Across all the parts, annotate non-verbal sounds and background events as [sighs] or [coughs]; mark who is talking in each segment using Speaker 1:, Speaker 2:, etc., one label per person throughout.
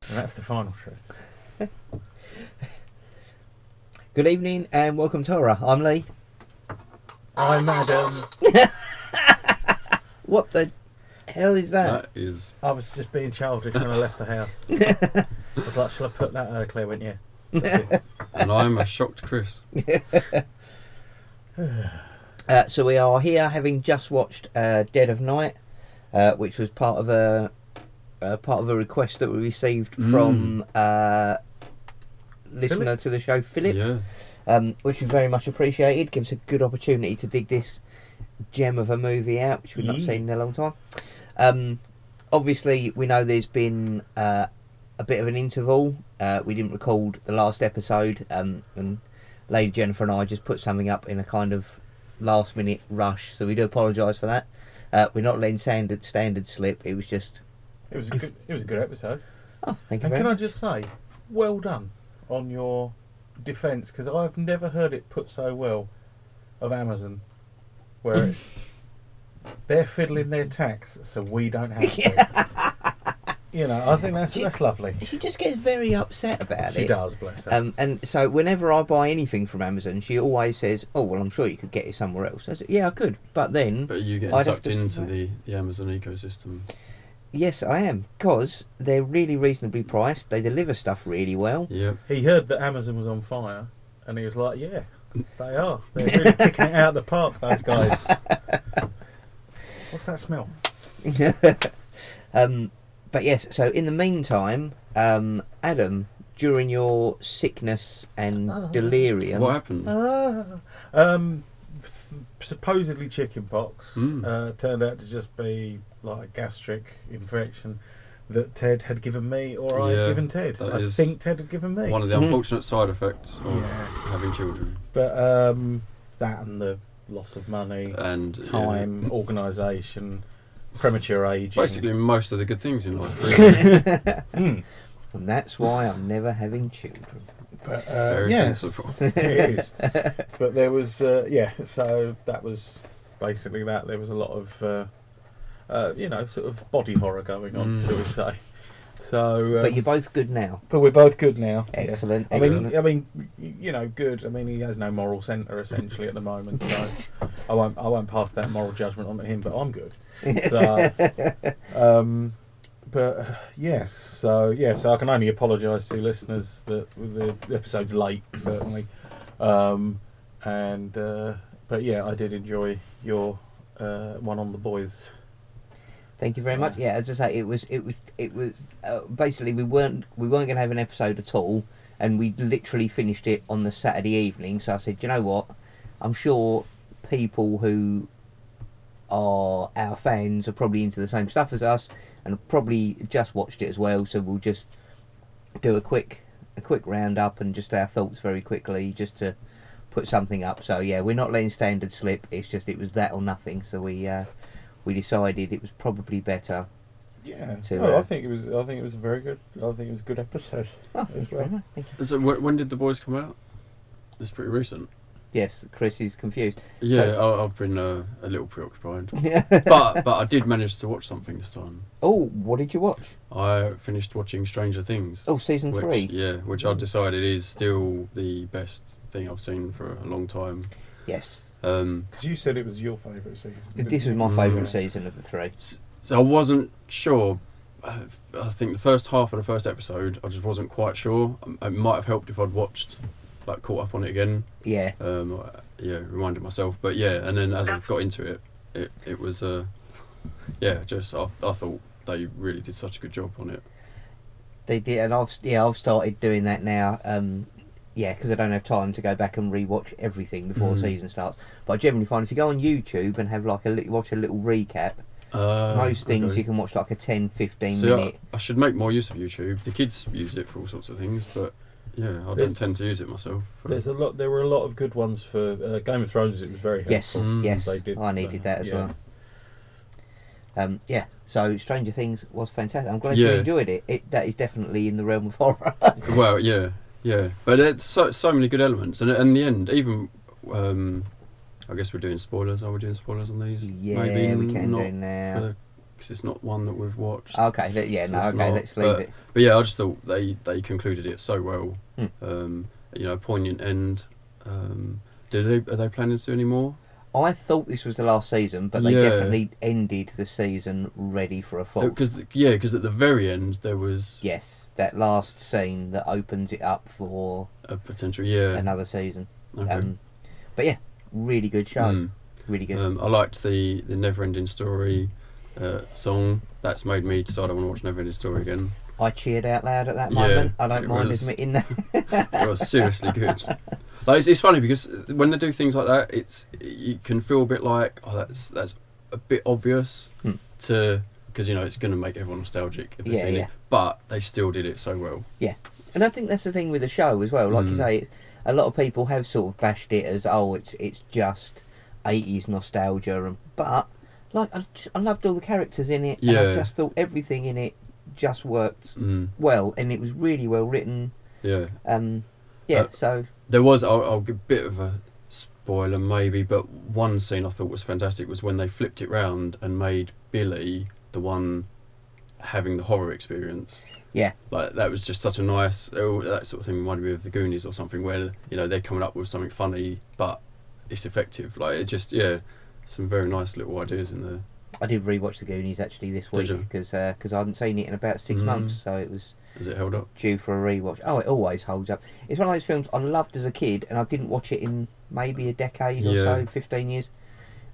Speaker 1: the final trick.
Speaker 2: Good evening and welcome to Horror. I'm Lee.
Speaker 1: I'm
Speaker 2: um,
Speaker 1: Adam.
Speaker 2: What the hell is that?
Speaker 3: That is
Speaker 1: I was just being childish when I left the
Speaker 2: [laughs]
Speaker 1: house. I was like, shall I put that? Uh, Claire went, yeah.
Speaker 3: and I'm a
Speaker 1: [laughs]
Speaker 3: shocked Chris.
Speaker 2: Uh, so we are here having just watched uh, Dead of Night, uh, which was part of a uh, part of a request that we received from uh, listener
Speaker 1: Philip?
Speaker 2: to the show, Philip,
Speaker 3: Yeah.
Speaker 2: um, which we very much appreciated. Gives us a good opportunity to dig this gem of a movie out, which we've not
Speaker 1: Yeah.
Speaker 2: seen in a long time. Um, obviously, we know there's been uh, a bit of an interval. Uh, we didn't record the last episode, um, and Lady Jennifer and I just put something up in a kind of last minute rush, so we do apologise for that. Uh, we're not letting standard standard slip. It was just
Speaker 1: It was a good. It was a good episode.
Speaker 2: oh, thank you.
Speaker 1: And
Speaker 2: very
Speaker 1: can I
Speaker 2: much.
Speaker 1: just say, well done on your defence because I've never heard it put so well of Amazon, where
Speaker 2: [laughs]
Speaker 1: it's they're fiddling their tax, so we don't have to.
Speaker 2: [laughs]
Speaker 1: you know, I think that's
Speaker 2: She-
Speaker 1: that's lovely.
Speaker 2: She just gets very upset about it.
Speaker 1: She does, bless her.
Speaker 2: Um, and so whenever I buy anything from Amazon, she always says, "Oh well, I'm sure you could get it somewhere else." I said, "Yeah, I could, but then
Speaker 3: But you get
Speaker 2: I'd have
Speaker 3: sucked
Speaker 2: to-
Speaker 3: into the, the Amazon ecosystem.
Speaker 2: yes, I am because they're really reasonably priced. They deliver stuff really well. [laughs]
Speaker 1: [laughs]
Speaker 3: Yep.
Speaker 1: he heard that Amazon was on fire, and he was like, "Yeah, they are. They're really picking it out of the park, those
Speaker 3: [laughs]
Speaker 1: guys." What's that smell?
Speaker 2: um, but yes, so in the meantime, um, Adam, during your sickness and
Speaker 1: Oh.
Speaker 2: delirium,
Speaker 3: What happened?
Speaker 1: Ah. Um, th- supposedly chickenpox
Speaker 3: Mm.
Speaker 1: uh, turned out to just be like a gastric infection that Ted had given me, or I had
Speaker 3: Yeah,
Speaker 1: given Ted.
Speaker 3: that
Speaker 1: I
Speaker 3: is
Speaker 1: think Ted had given me.
Speaker 3: One of the
Speaker 2: Mhm.
Speaker 3: unfortunate side effects of
Speaker 1: Mm-hmm. Yeah.
Speaker 3: having children
Speaker 1: But um, that and the loss of money,
Speaker 3: and yeah,
Speaker 1: time, organisation, premature aging.
Speaker 3: basically, most of the good things in life. Really.
Speaker 1: Mm.
Speaker 2: and [laughs] that's why I'm never having children.
Speaker 1: But, uh,
Speaker 3: Very
Speaker 1: yes,
Speaker 3: sensible.
Speaker 1: [laughs] it
Speaker 3: [laughs]
Speaker 1: is. But there was, uh, yeah. So that was basically that. There was a lot of, uh, uh, you know, sort of body horror going on,
Speaker 3: Mm.
Speaker 1: shall we say? So, um,
Speaker 2: but you're both good now.
Speaker 1: but we're both good now. yeah.
Speaker 2: Excellent.
Speaker 1: I mean,
Speaker 2: excellent.
Speaker 1: I mean, you know, good. I mean, he has no moral centre essentially at the moment, so I won't, I won't pass that moral judgment on to him. But I'm
Speaker 2: [laughs]
Speaker 1: good. So, um, but uh, yes, so yes, I can only apologise to listeners that the episode's late, certainly. Um, and uh, but yeah, I did enjoy your uh, one on the boys.
Speaker 2: Thank you very much.
Speaker 1: So-
Speaker 2: Yeah, as I say, it was it was it was uh, basically we weren't we weren't going to have an episode at all, and we literally finished it on the Saturday evening. So I said, "Do you know what? I'm sure people who are our fans are probably into the same stuff as us, and have probably just watched it as well. So we'll just do a quick a quick roundup and just our thoughts very quickly, just to put something up. So yeah, we're not letting standard slip. It's just it was that or nothing. So we. Uh, we decided it was probably better.
Speaker 1: Yeah,
Speaker 2: So,
Speaker 1: no,
Speaker 2: uh,
Speaker 1: Oh, I think it was. I think it was a very good. I think it was a good episode.
Speaker 2: Oh,
Speaker 1: As
Speaker 2: thank you very
Speaker 1: well.
Speaker 2: much. Thank you.
Speaker 3: so, wh- when did the boys come out? It's pretty recent.
Speaker 2: Yes, Chris is confused.
Speaker 3: Yeah, I, I've been uh, a
Speaker 1: [laughs]
Speaker 3: little preoccupied,
Speaker 2: oh,
Speaker 3: [laughs]
Speaker 2: [laughs]
Speaker 3: but but I did manage to watch something this time.
Speaker 2: what did you watch?
Speaker 3: I finished watching Stranger Things.
Speaker 2: Oh, season
Speaker 3: which,
Speaker 2: three.
Speaker 3: Yeah, which I've decided is still the best thing I've seen for a long time.
Speaker 2: Yes,
Speaker 3: Um,
Speaker 1: Because you said it was your favourite season. didn't
Speaker 2: this
Speaker 1: you?
Speaker 2: was my
Speaker 3: Mm.
Speaker 2: favourite season of the three.
Speaker 3: S- So I wasn't sure. I I think the first half of the first episode, I just wasn't quite sure. Um, It might have helped if I'd watched, like, caught up on it again.
Speaker 2: Yeah,
Speaker 3: Um, I- yeah, reminded myself. But yeah, and then as I've got into it, it it was, uh, yeah, just I, I thought they really did such a good job on it.
Speaker 2: they did, and I've yeah I've started doing that now. Um, yeah, because I don't have time to go back and rewatch everything before
Speaker 3: Mm.
Speaker 2: season starts. But I generally find if you go on YouTube and have like a little, watch a little recap,
Speaker 3: Uh,
Speaker 2: most things
Speaker 3: okay.
Speaker 2: you can watch like a 10, 15
Speaker 3: So I,
Speaker 2: minute.
Speaker 3: I should make more use of YouTube. The kids use it for all sorts of things, but yeah, I
Speaker 1: There's-
Speaker 3: don't tend to use it myself. for-
Speaker 1: There's a lot. There were a lot of good ones for uh, Game of Thrones. It was very
Speaker 2: Yes,
Speaker 1: helpful.
Speaker 3: Mm.
Speaker 2: yes,
Speaker 1: They did,
Speaker 2: I needed
Speaker 1: uh,
Speaker 2: that as
Speaker 1: yeah.
Speaker 2: well. Um, yeah, so Stranger Things was fantastic. I'm glad you
Speaker 3: Yeah.
Speaker 2: enjoyed it. it. That is definitely in the realm of horror.
Speaker 3: Well, yeah, yeah, but it's so so many good elements, and in the end, even um, I guess we're doing spoilers. Are we doing spoilers on these?
Speaker 2: [laughs] yeah,
Speaker 3: Maybe
Speaker 2: we can
Speaker 3: not
Speaker 2: do Uh, now.
Speaker 3: for because it's not one that we've watched.
Speaker 2: Okay, th- yeah,
Speaker 3: So
Speaker 2: no,
Speaker 3: it's
Speaker 2: okay,
Speaker 3: not,
Speaker 2: let's leave
Speaker 3: but-
Speaker 2: it.
Speaker 3: But yeah, I just thought they, they concluded it so well.
Speaker 2: Hmm.
Speaker 3: Um, you know, poignant end. Um, do they are they planning to do any more?
Speaker 2: I thought this was the last season, but they
Speaker 3: Yeah.
Speaker 2: definitely ended the season ready for a fourth.
Speaker 3: Because Uh, yeah, because at the very end there was
Speaker 2: Yes, that last scene that opens it up for
Speaker 3: a potential. Yeah,
Speaker 2: another season.
Speaker 3: okay.
Speaker 2: Um, but yeah, really good show.
Speaker 3: Mm.
Speaker 2: Really good.
Speaker 3: Um, I liked the the Never Ending Story uh, song. That's made me decide I want to watch Never Ending Story again.
Speaker 2: I cheered out loud at that
Speaker 3: Yeah,
Speaker 2: moment. I don't
Speaker 3: it
Speaker 2: mind
Speaker 3: was-
Speaker 2: admitting that.
Speaker 3: It
Speaker 2: [laughs]
Speaker 3: was seriously good. Like it's, it's funny because when they do things like that, it's you can feel a bit like oh that's that's a bit obvious
Speaker 2: Hmm.
Speaker 3: to because you know it's going to make everyone nostalgic
Speaker 2: [laughs]
Speaker 3: if they've
Speaker 2: Yeah,
Speaker 3: seen
Speaker 2: yeah.
Speaker 3: it. But they still did it so well.
Speaker 2: And I think that's the thing with the show as well. Like you
Speaker 3: Mm.
Speaker 2: say, it, a lot of people have sort of bashed it as oh, it's it's just eighties nostalgia, and but like I, just, I loved all the characters in it. and I
Speaker 3: Yeah.
Speaker 2: just thought everything in it just worked
Speaker 3: Mm,
Speaker 2: well, and it was really well written.
Speaker 3: yeah,
Speaker 2: Um, yeah,
Speaker 3: Uh,
Speaker 2: so
Speaker 3: there was I'll, I'll give a bit of a spoiler maybe, but one scene I thought was fantastic was when they flipped it round and made Billy the one having the horror experience.
Speaker 2: Yeah.
Speaker 3: like that was just such a nice oh, that sort of thing reminded me of the Goonies or something where you know they're coming up with something funny but it's effective. Like it just yeah, some very nice little ideas in there.
Speaker 2: I did rewatch the Goonies actually this
Speaker 3: Did
Speaker 2: week
Speaker 3: you?
Speaker 2: because because I hadn't seen it in about six
Speaker 3: Mm.
Speaker 2: months, so it was
Speaker 3: Has it held up?
Speaker 2: due for a rewatch. Oh, it always holds up. It's one of those films I loved as a kid, and I didn't watch it in maybe a decade or
Speaker 3: Yeah.
Speaker 2: so, fifteen years,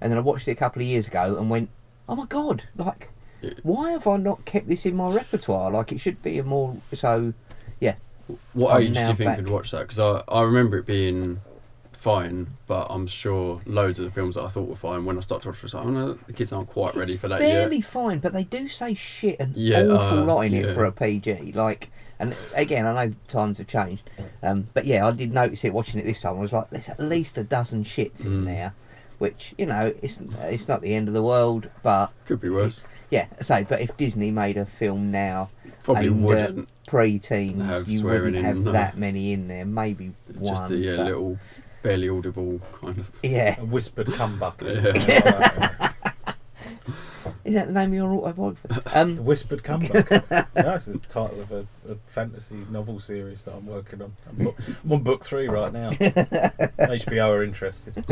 Speaker 2: and then I watched it a couple of years ago and went, "Oh my god! Like,
Speaker 3: Yeah.
Speaker 2: why have I not kept this in my repertoire? Like, it should be a more so."
Speaker 3: What
Speaker 1: Oh,
Speaker 2: I'm
Speaker 3: age do
Speaker 2: now
Speaker 3: you think
Speaker 2: back.
Speaker 3: could watch that? Because I, I remember it being fine, but I'm sure loads of the films that I thought were fine when I started to watch it, I was like, oh no, the kids aren't quite ready
Speaker 2: It's
Speaker 3: for that
Speaker 2: fairly
Speaker 3: yet.
Speaker 2: fine, but they do say shit an
Speaker 3: Yeah,
Speaker 2: awful
Speaker 3: uh,
Speaker 2: lot in it
Speaker 3: yeah.
Speaker 2: for a PG. Like, and again, I know times have changed, um, but yeah, I did notice it watching it this time. I was like, there's at least a dozen shits in
Speaker 3: Mm.
Speaker 2: there, which you know, it's it's not the end of the world, but
Speaker 3: Could
Speaker 1: [laughs]
Speaker 3: be worse.
Speaker 2: yeah. So, but if Disney made a film now,
Speaker 3: Probably
Speaker 2: aimed at
Speaker 3: wouldn't.
Speaker 2: pre-teens,
Speaker 3: Have
Speaker 2: you
Speaker 3: swearing
Speaker 2: wouldn't
Speaker 3: in,
Speaker 2: have
Speaker 3: no.
Speaker 2: that many in there. Maybe one.
Speaker 3: Just a yeah,
Speaker 2: but-
Speaker 3: little, barely audible kind of.
Speaker 2: yeah.
Speaker 1: A whispered cum bucket.
Speaker 3: [laughs] Yeah.
Speaker 2: Is that the name of your autobiography?
Speaker 3: [laughs]
Speaker 1: [laughs]
Speaker 2: Um,
Speaker 1: The Whispered Cum
Speaker 2: [laughs]
Speaker 1: Bucket. no, it's the title of a, a fantasy novel series that I'm working on. I'm, book, I'm on book three right
Speaker 2: [laughs]
Speaker 1: now. HBO are interested.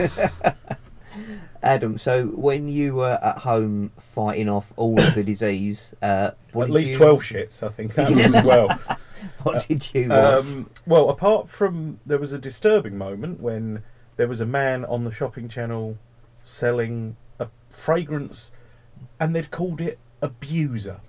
Speaker 2: Adam, so when you were at home fighting off all of the [coughs] disease, uh, what
Speaker 1: At
Speaker 2: did
Speaker 1: least uh,
Speaker 2: you-
Speaker 1: 12 shits, I think, that was as well.
Speaker 2: [laughs] What did you? watch?
Speaker 1: Um, well, apart from there was a disturbing moment when there was a man on the shopping channel selling a fragrance, and they'd called it abuser.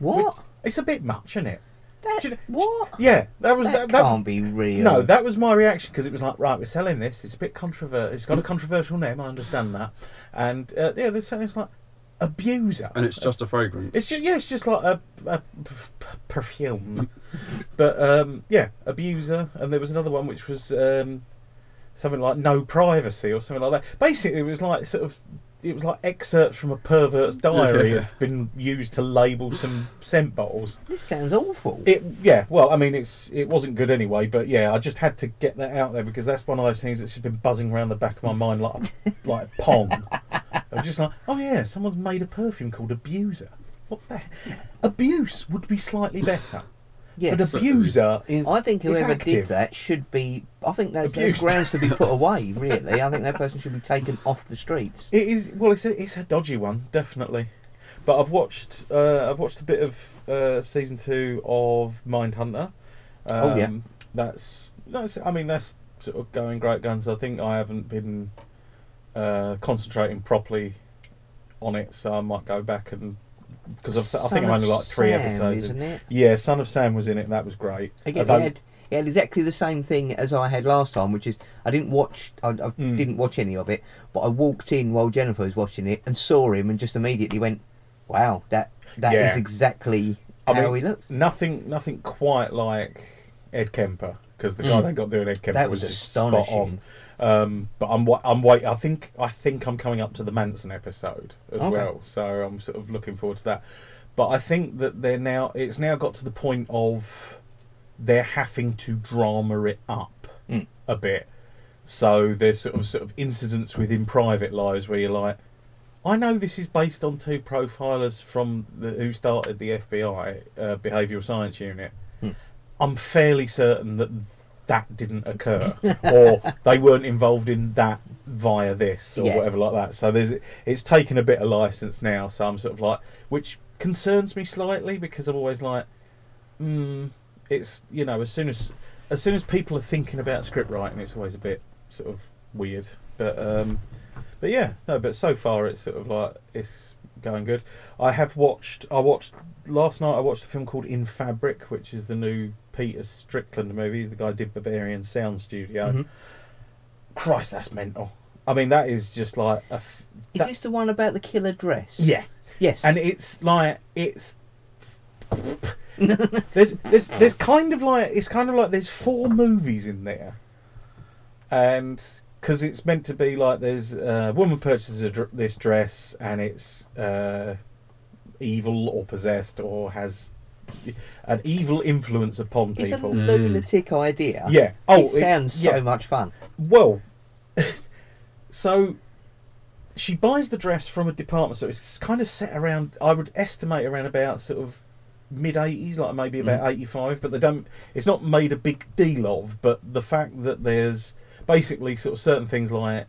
Speaker 2: what?
Speaker 1: It's a bit much, isn't it?
Speaker 2: That,
Speaker 1: do you know-
Speaker 2: what?
Speaker 1: Yeah, that was
Speaker 2: that,
Speaker 1: that. that,
Speaker 2: can't be real.
Speaker 1: no, that was my reaction because it was like, right, we're selling this. It's a bit controversial. It's
Speaker 2: Mm.
Speaker 1: got a controversial name. I understand that, and uh, yeah, they're selling it's like abuser,
Speaker 3: And it's just a fragrance.
Speaker 1: It's just, yeah, it's just like a, a p- p- perfume, but um, yeah, abuser. And there was another one which was um, something like no privacy or something like that. Basically, it was like sort of it was like excerpts from a pervert's diary
Speaker 3: Yeah.
Speaker 1: had been used to label some scent bottles.
Speaker 2: This sounds awful.
Speaker 1: It yeah, well, I mean, it's it wasn't good anyway, but yeah, I just had to get that out there because that's one of those things that's just been buzzing around the back of my mind like a, [laughs] like a pong. I'm just like, oh yeah, someone's made a perfume called Abuser. What the he- abuse would be slightly better,
Speaker 2: yes.
Speaker 1: but abuser is.
Speaker 2: I think
Speaker 1: is
Speaker 2: whoever did
Speaker 1: active.
Speaker 2: that should be. I think there's, there's
Speaker 1: Abused.
Speaker 2: grounds to be
Speaker 1: [laughs]
Speaker 2: put away. Really, I think that person should be taken off the streets.
Speaker 1: It is well. It's a, it's a dodgy one, definitely. But I've watched uh, I've watched a bit of uh, season two of Mindhunter. Um,
Speaker 2: Oh, yeah.
Speaker 1: That's that's. I mean, that's sort of going great guns. I think I haven't been uh, concentrating properly on it, so I might go back and because I
Speaker 2: Son
Speaker 1: think I'm
Speaker 2: of
Speaker 1: only like three
Speaker 2: Sam,
Speaker 1: episodes. in.
Speaker 2: isn't it?
Speaker 1: Yeah, Son of Sam was in it. That was great.
Speaker 2: Again, it
Speaker 1: Although-
Speaker 2: had, it had exactly the same thing as I had last time, which is I didn't watch, I, I
Speaker 1: Mm.
Speaker 2: didn't watch any of it, but I walked in while Jennifer was watching it and saw him and just immediately went, "Wow, that that is
Speaker 1: Yeah.
Speaker 2: exactly
Speaker 1: I
Speaker 2: how
Speaker 1: mean,
Speaker 2: he looks."
Speaker 1: nothing nothing quite like Ed Kemper because the guy
Speaker 2: Mm.
Speaker 1: they got doing Ed Kemper
Speaker 2: That
Speaker 1: was,
Speaker 2: was
Speaker 1: just spot on.
Speaker 2: astonishing.
Speaker 1: Um, but I'm wa- I'm wait. I think I think I'm coming up to the Manson episode as
Speaker 2: Okay.
Speaker 1: well, so I'm sort of looking forward to that. But I think that they're now it's now got to the point of they're having to drama it up
Speaker 2: Mm.
Speaker 1: a bit. So there's sort of sort of incidents within private lives where you're like, I know this is based on two profilers from the, who started the FBI uh, behavioural science unit.
Speaker 2: Hmm.
Speaker 1: I'm fairly certain that that didn't
Speaker 2: [laughs]
Speaker 1: occur, or they weren't involved in that via this or
Speaker 2: Yeah.
Speaker 1: whatever like that. So there's it's taken a bit of license now. So I'm sort of like, which concerns me slightly because I'm always like, mm, it's you know as soon as as soon as people are thinking about script writing, it's always a bit sort of weird. But um, but yeah, no. But so far, it's sort of like it's going good. I have watched. I watched last night. I watched a film called In Fabric, which is the new Peter Strickland movie. He's the guy who did Bavarian Sound Studio.
Speaker 2: Mm-hmm.
Speaker 3: Mhm.
Speaker 1: Christ, that's mental. I mean, that is just like a. F-
Speaker 2: Is
Speaker 1: that-
Speaker 2: this the one about the killer dress?
Speaker 1: yeah,
Speaker 2: Yes.
Speaker 1: and it's like it's [laughs] there's there's there's kind of like it's kind of like there's four movies in there, and because it's meant to be like there's a woman purchases a dr- this dress and it's uh, evil or possessed or has an evil influence upon
Speaker 2: it's a
Speaker 1: people. Hmm.
Speaker 3: Mm.
Speaker 2: lunatic idea.
Speaker 1: yeah. Oh,
Speaker 2: it sounds
Speaker 1: yeah.
Speaker 2: so much fun.
Speaker 1: Well, [laughs] so she buys the dress from a department store. It's kind of set around. I would estimate around about sort of mid eighties, like maybe about
Speaker 3: Mm.
Speaker 1: eighty five. But they don't. It's not made a big deal of. But the fact that there's basically sort of certain things like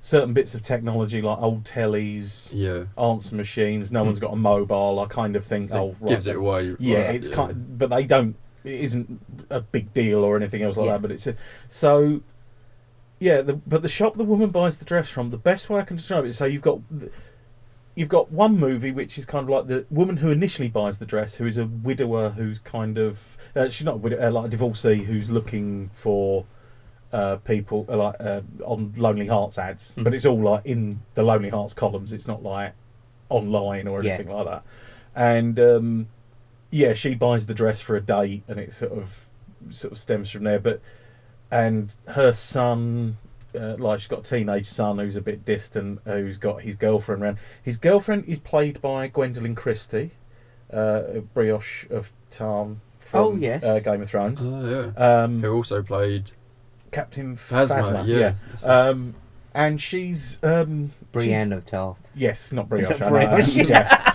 Speaker 1: certain bits of technology, like old tellies,
Speaker 3: Yeah.
Speaker 1: answer machines. No
Speaker 3: Mm.
Speaker 1: one's got a mobile. I kind of think, oh, right,
Speaker 3: gives it away.
Speaker 1: yeah,
Speaker 3: right,
Speaker 1: it's kind, but they don't. It isn't a big deal or anything else like
Speaker 2: Yeah.
Speaker 1: that. But it's a, so, yeah. The, but the shop the woman buys the dress from, the best way I can describe it is so you've got, th- you've got one movie which is kind of like the woman who initially buys the dress, who is a widower who's kind of uh, she's not a widow, uh, like a divorcee who's looking for. Uh, people uh, like uh, on Lonely Hearts ads,
Speaker 2: Mhm.
Speaker 1: but it's all like in the Lonely Hearts columns. It's not like online or
Speaker 2: Yeah.
Speaker 1: anything like that. And um, yeah, she buys the dress for a date, and it sort of sort of stems from there. But and her son, uh, like she's got a teenage son who's a bit distant, who's got his girlfriend around. His girlfriend is played by Gwendolyn Christie, uh, Brioche of Tarn from
Speaker 2: Oh, yes.
Speaker 1: uh, Game of Thrones.
Speaker 3: Oh, yeah.
Speaker 1: Um,
Speaker 3: Who also played
Speaker 1: Captain
Speaker 3: Phasma.
Speaker 1: Phasma,
Speaker 3: yeah.
Speaker 1: yeah. Um, and she's um, she's-
Speaker 2: Brienne of Tarth.
Speaker 1: Yes, not brioche. I know.
Speaker 2: Brioche.
Speaker 1: yeah.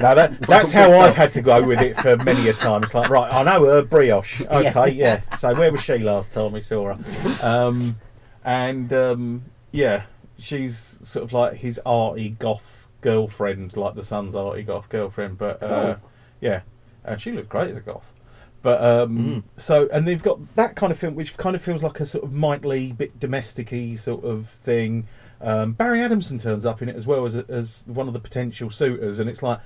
Speaker 1: Now that that's how I've had to go with it for many a time. It's like right, I know her brioche. Okay, yeah. So where was she last time we saw her? Um, and um, yeah, she's sort of like his arty goth girlfriend, like the son's arty goth girlfriend. But uh, yeah, and she looked great as a goth. But um, so, and they've got that kind of film, which kind of feels like a sort of Mike Lee, bit domesticy sort of thing. Um, Barry Adamson turns up in it as well as as one of the potential suitors, and it's like,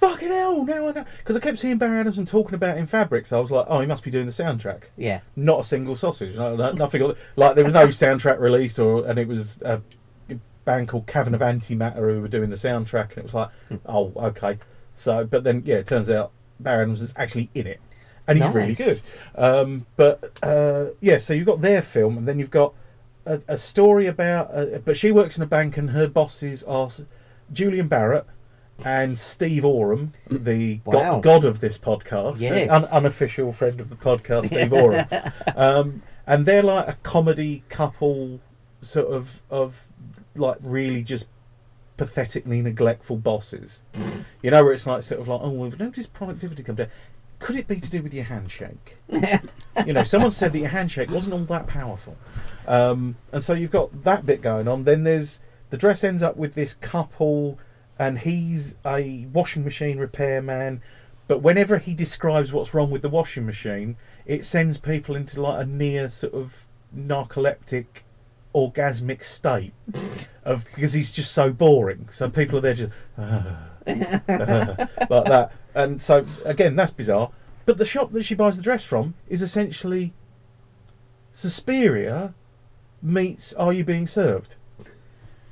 Speaker 1: fucking hell, now I know. Because I kept seeing Barry Adamson talking about it in Fabric, so I was like, oh, he must be doing the soundtrack.
Speaker 2: Yeah.
Speaker 1: Not a single sausage, no, no, nothing. like there was no soundtrack released, or and it was a band called Cavern of Antimatter who were doing the soundtrack, and it was like,
Speaker 2: Hmm.
Speaker 1: oh, okay. So, but then yeah, it turns out Barry Adamson's actually in it, and he's really
Speaker 2: Nice.
Speaker 1: good. Um, but uh, yeah, so you've got their film, and then you've got a, a story about. Uh, but she works in a bank, and her bosses are s- Julian Barrett and Steve Oram, the go-
Speaker 2: Wow.
Speaker 1: god, of this podcast,
Speaker 2: Yes.
Speaker 1: an unofficial friend of the podcast, Steve Oram. Um, and they're like a comedy couple, sort of of like really just pathetically neglectful bosses. You know, where it's like sort of like, oh, well, we've noticed productivity come down. Could it be to do with your handshake? you know, someone said that your handshake wasn't all that powerful. Um, and so you've got that bit going on. Then there's the dress ends up with this couple, and he's a washing machine repairman. But whenever he describes what's wrong with the washing machine, it sends people into like a near sort of narcoleptic, orgasmic state of because he's just so boring. So people are there just "Ah, ah," like that, and so again that's bizarre. But the shop that she buys the dress from is essentially Suspiria meets Are You Being Served?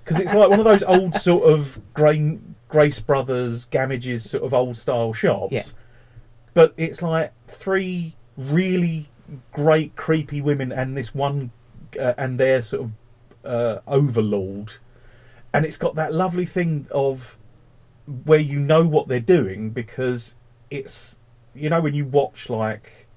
Speaker 1: Because it's like one of those old sort of Grain, Grace Brothers, Gamages sort of old style shops.
Speaker 2: Yeah.
Speaker 1: But it's like three really great creepy women and this one uh, and their sort of uh, overlord. And it's got that lovely thing of where you know what they're doing because it's, you know, when you watch like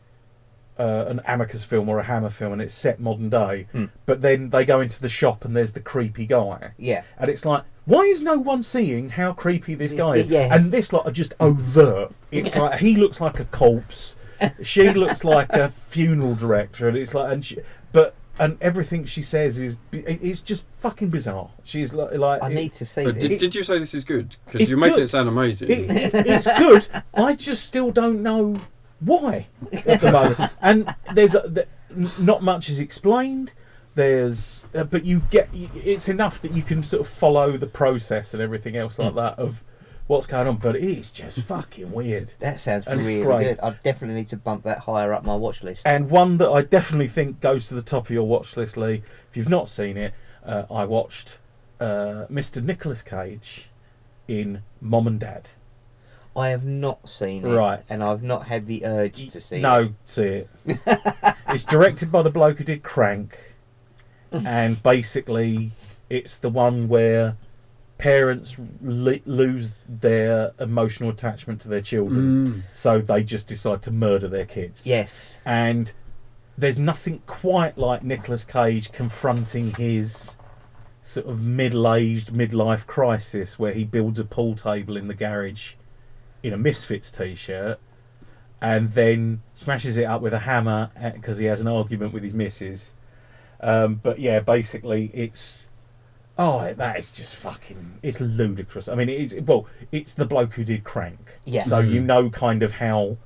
Speaker 1: uh, an Amicus film or a Hammer film and it's set modern day,
Speaker 2: Hmm.
Speaker 1: but then they go into the shop and there's the creepy guy.
Speaker 2: Yeah.
Speaker 1: And it's like, Why is no one seeing how creepy this
Speaker 2: It's-
Speaker 1: guy is?
Speaker 2: yeah.
Speaker 1: And this lot are just overt. It's like he looks like a corpse, she looks like a funeral director, and it's like and she, but and everything she says is bi- it- it's just fucking bizarre. She's like, like
Speaker 2: I
Speaker 1: it-
Speaker 2: need to see
Speaker 3: But did,
Speaker 2: this.
Speaker 3: did you say this is good?
Speaker 1: It's
Speaker 3: Because you're making
Speaker 1: good.
Speaker 3: it sound amazing.
Speaker 1: it, it- it's good. I just still don't know why at the moment. And there's a, th- n- not much is explained. There's, uh, but you get y- it's enough that you can sort of follow the process and everything else like that of what's going on. But it is just fucking weird.
Speaker 2: That sounds
Speaker 1: And it's
Speaker 2: really
Speaker 1: great.
Speaker 2: good. I definitely need to bump that higher up my watch list.
Speaker 1: And one that I definitely think goes to the top of your watch list, Lee. If you've not seen it, uh, I watched uh, Mr. Nicolas Cage in Mom and Dad.
Speaker 2: I have not seen it,
Speaker 1: Right.
Speaker 2: and I've not had the urge to see
Speaker 1: no,
Speaker 2: it.
Speaker 1: see
Speaker 2: [laughs]
Speaker 1: it. it's directed by the bloke who did Crank, and basically, it's the one where parents li- lose their emotional attachment to their children,
Speaker 3: Mm.
Speaker 1: so they just decide to murder their kids.
Speaker 2: Yes.
Speaker 1: and there's nothing quite like Nicolas Cage confronting his sort of middle-aged midlife crisis where he builds a pool table in the garage in a Misfits t-shirt and then smashes it up with a hammer because he has an argument with his missus. Um, but yeah, basically it's oh that is just fucking it's ludicrous. I mean it is well it's the bloke who did Crank.
Speaker 2: Yeah.
Speaker 1: So you
Speaker 3: Mm.
Speaker 1: know kind of how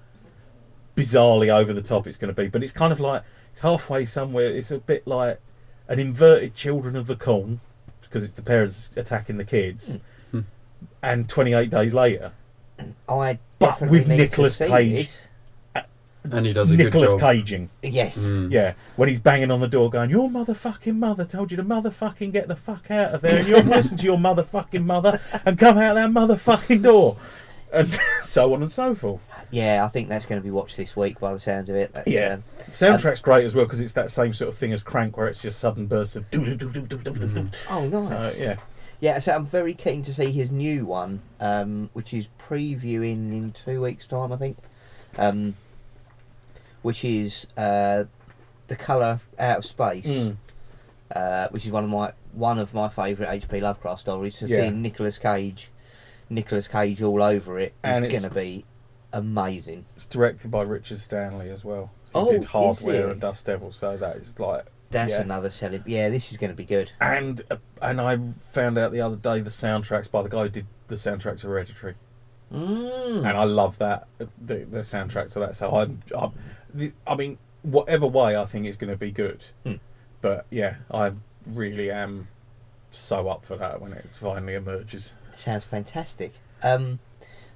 Speaker 1: bizarrely over the top it's going to be, but it's kind of like it's halfway somewhere. It's a bit like an inverted Children of the Corn because it's the parents attacking the kids,
Speaker 3: Mm.
Speaker 1: and 28 days later,
Speaker 2: I
Speaker 1: But
Speaker 2: definitely
Speaker 1: with
Speaker 2: need
Speaker 1: Nicolas
Speaker 2: to see
Speaker 1: Cage.
Speaker 2: this.
Speaker 3: And he does a
Speaker 1: Nicholas
Speaker 3: good job.
Speaker 1: Caging.
Speaker 2: Yes.
Speaker 3: Mm.
Speaker 1: Yeah, when he's banging on the door, going, "Your motherfucking mother told you to motherfucking get the fuck out of there, and you'll listen to your motherfucking mother and come out that motherfucking door," and [laughs] so on and so forth.
Speaker 2: Yeah, I think that's going to be watched this week by the sounds of it. That's,
Speaker 1: Yeah.
Speaker 2: um,
Speaker 1: Soundtrack's great as well because it's that same sort of thing as Crank, where it's just sudden bursts of doo doo doo doo doo doo doo doo.
Speaker 2: oh, nice.
Speaker 1: So yeah,
Speaker 2: Yeah, so I'm very keen to see his new one, um, which is previewing in two weeks' time, I think. Um, which is uh, the color out of space,
Speaker 1: Mm.
Speaker 2: uh, which is one of my one of my favourite H.P. Lovecraft stories. So
Speaker 1: Yeah.
Speaker 2: seeing Nicolas Cage, Nicolas Cage all over it
Speaker 1: And
Speaker 2: is
Speaker 1: it's-
Speaker 2: going to be amazing.
Speaker 1: it's directed by Richard Stanley as well. He
Speaker 2: Oh,
Speaker 1: did
Speaker 2: is
Speaker 1: Hardware
Speaker 2: it?
Speaker 1: and Dust Devil, so that is like
Speaker 2: That's
Speaker 1: Yeah.
Speaker 2: another selling. Yeah, this is going to be good.
Speaker 1: and uh, and I found out the other day the soundtracks by the guy who did the soundtrack to Hereditary,
Speaker 2: Mm.
Speaker 1: and I love that the, the soundtrack to that. So I'm, I'm the, I mean, whatever way I think is going to be good,
Speaker 2: Hmm.
Speaker 1: but yeah, I really am so up for that when it finally emerges.
Speaker 2: Sounds fantastic. Um,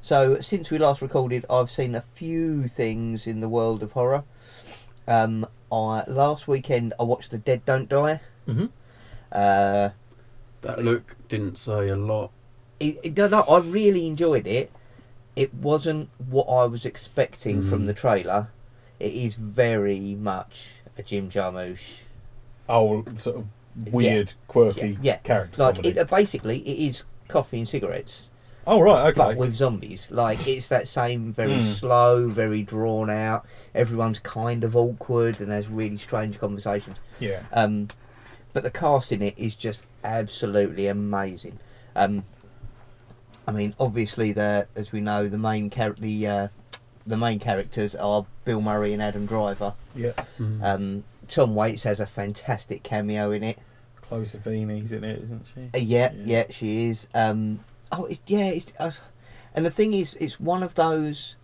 Speaker 2: so, since we last recorded, I've seen a few things in the world of horror. Um, I last weekend I watched The Dead Don't Die.
Speaker 1: Mm-hmm.
Speaker 2: Uh,
Speaker 3: That look didn't say a lot.
Speaker 2: it, it, don't know, I really enjoyed it. It wasn't what I was expecting from
Speaker 3: Mm.
Speaker 2: the trailer. It is very much a Jim Jarmusch.
Speaker 1: Oh, sort of weird, quirky
Speaker 2: Yeah, yeah.
Speaker 1: character
Speaker 2: Like
Speaker 1: comedy.
Speaker 2: it, uh, basically, it is coffee and cigarettes,
Speaker 1: oh right, okay.
Speaker 2: but with zombies. Like it's that same very
Speaker 1: Mm.
Speaker 2: slow, very drawn out. Everyone's kind of awkward and has really strange conversations.
Speaker 1: yeah.
Speaker 2: Um, but the cast in it is just absolutely amazing. Um, I mean, obviously, the as we know, the main char- the uh, the main characters are Bill Murray and Adam Driver.
Speaker 1: Yeah,
Speaker 3: Mm.
Speaker 2: Um, Tom Waits has a fantastic cameo in it.
Speaker 1: Chloe Savini's in it, isn't she?
Speaker 2: Uh, yeah,
Speaker 1: Yeah.
Speaker 2: yeah, she is. Um, oh, it, yeah. It's, uh, and the thing is, it's one of those.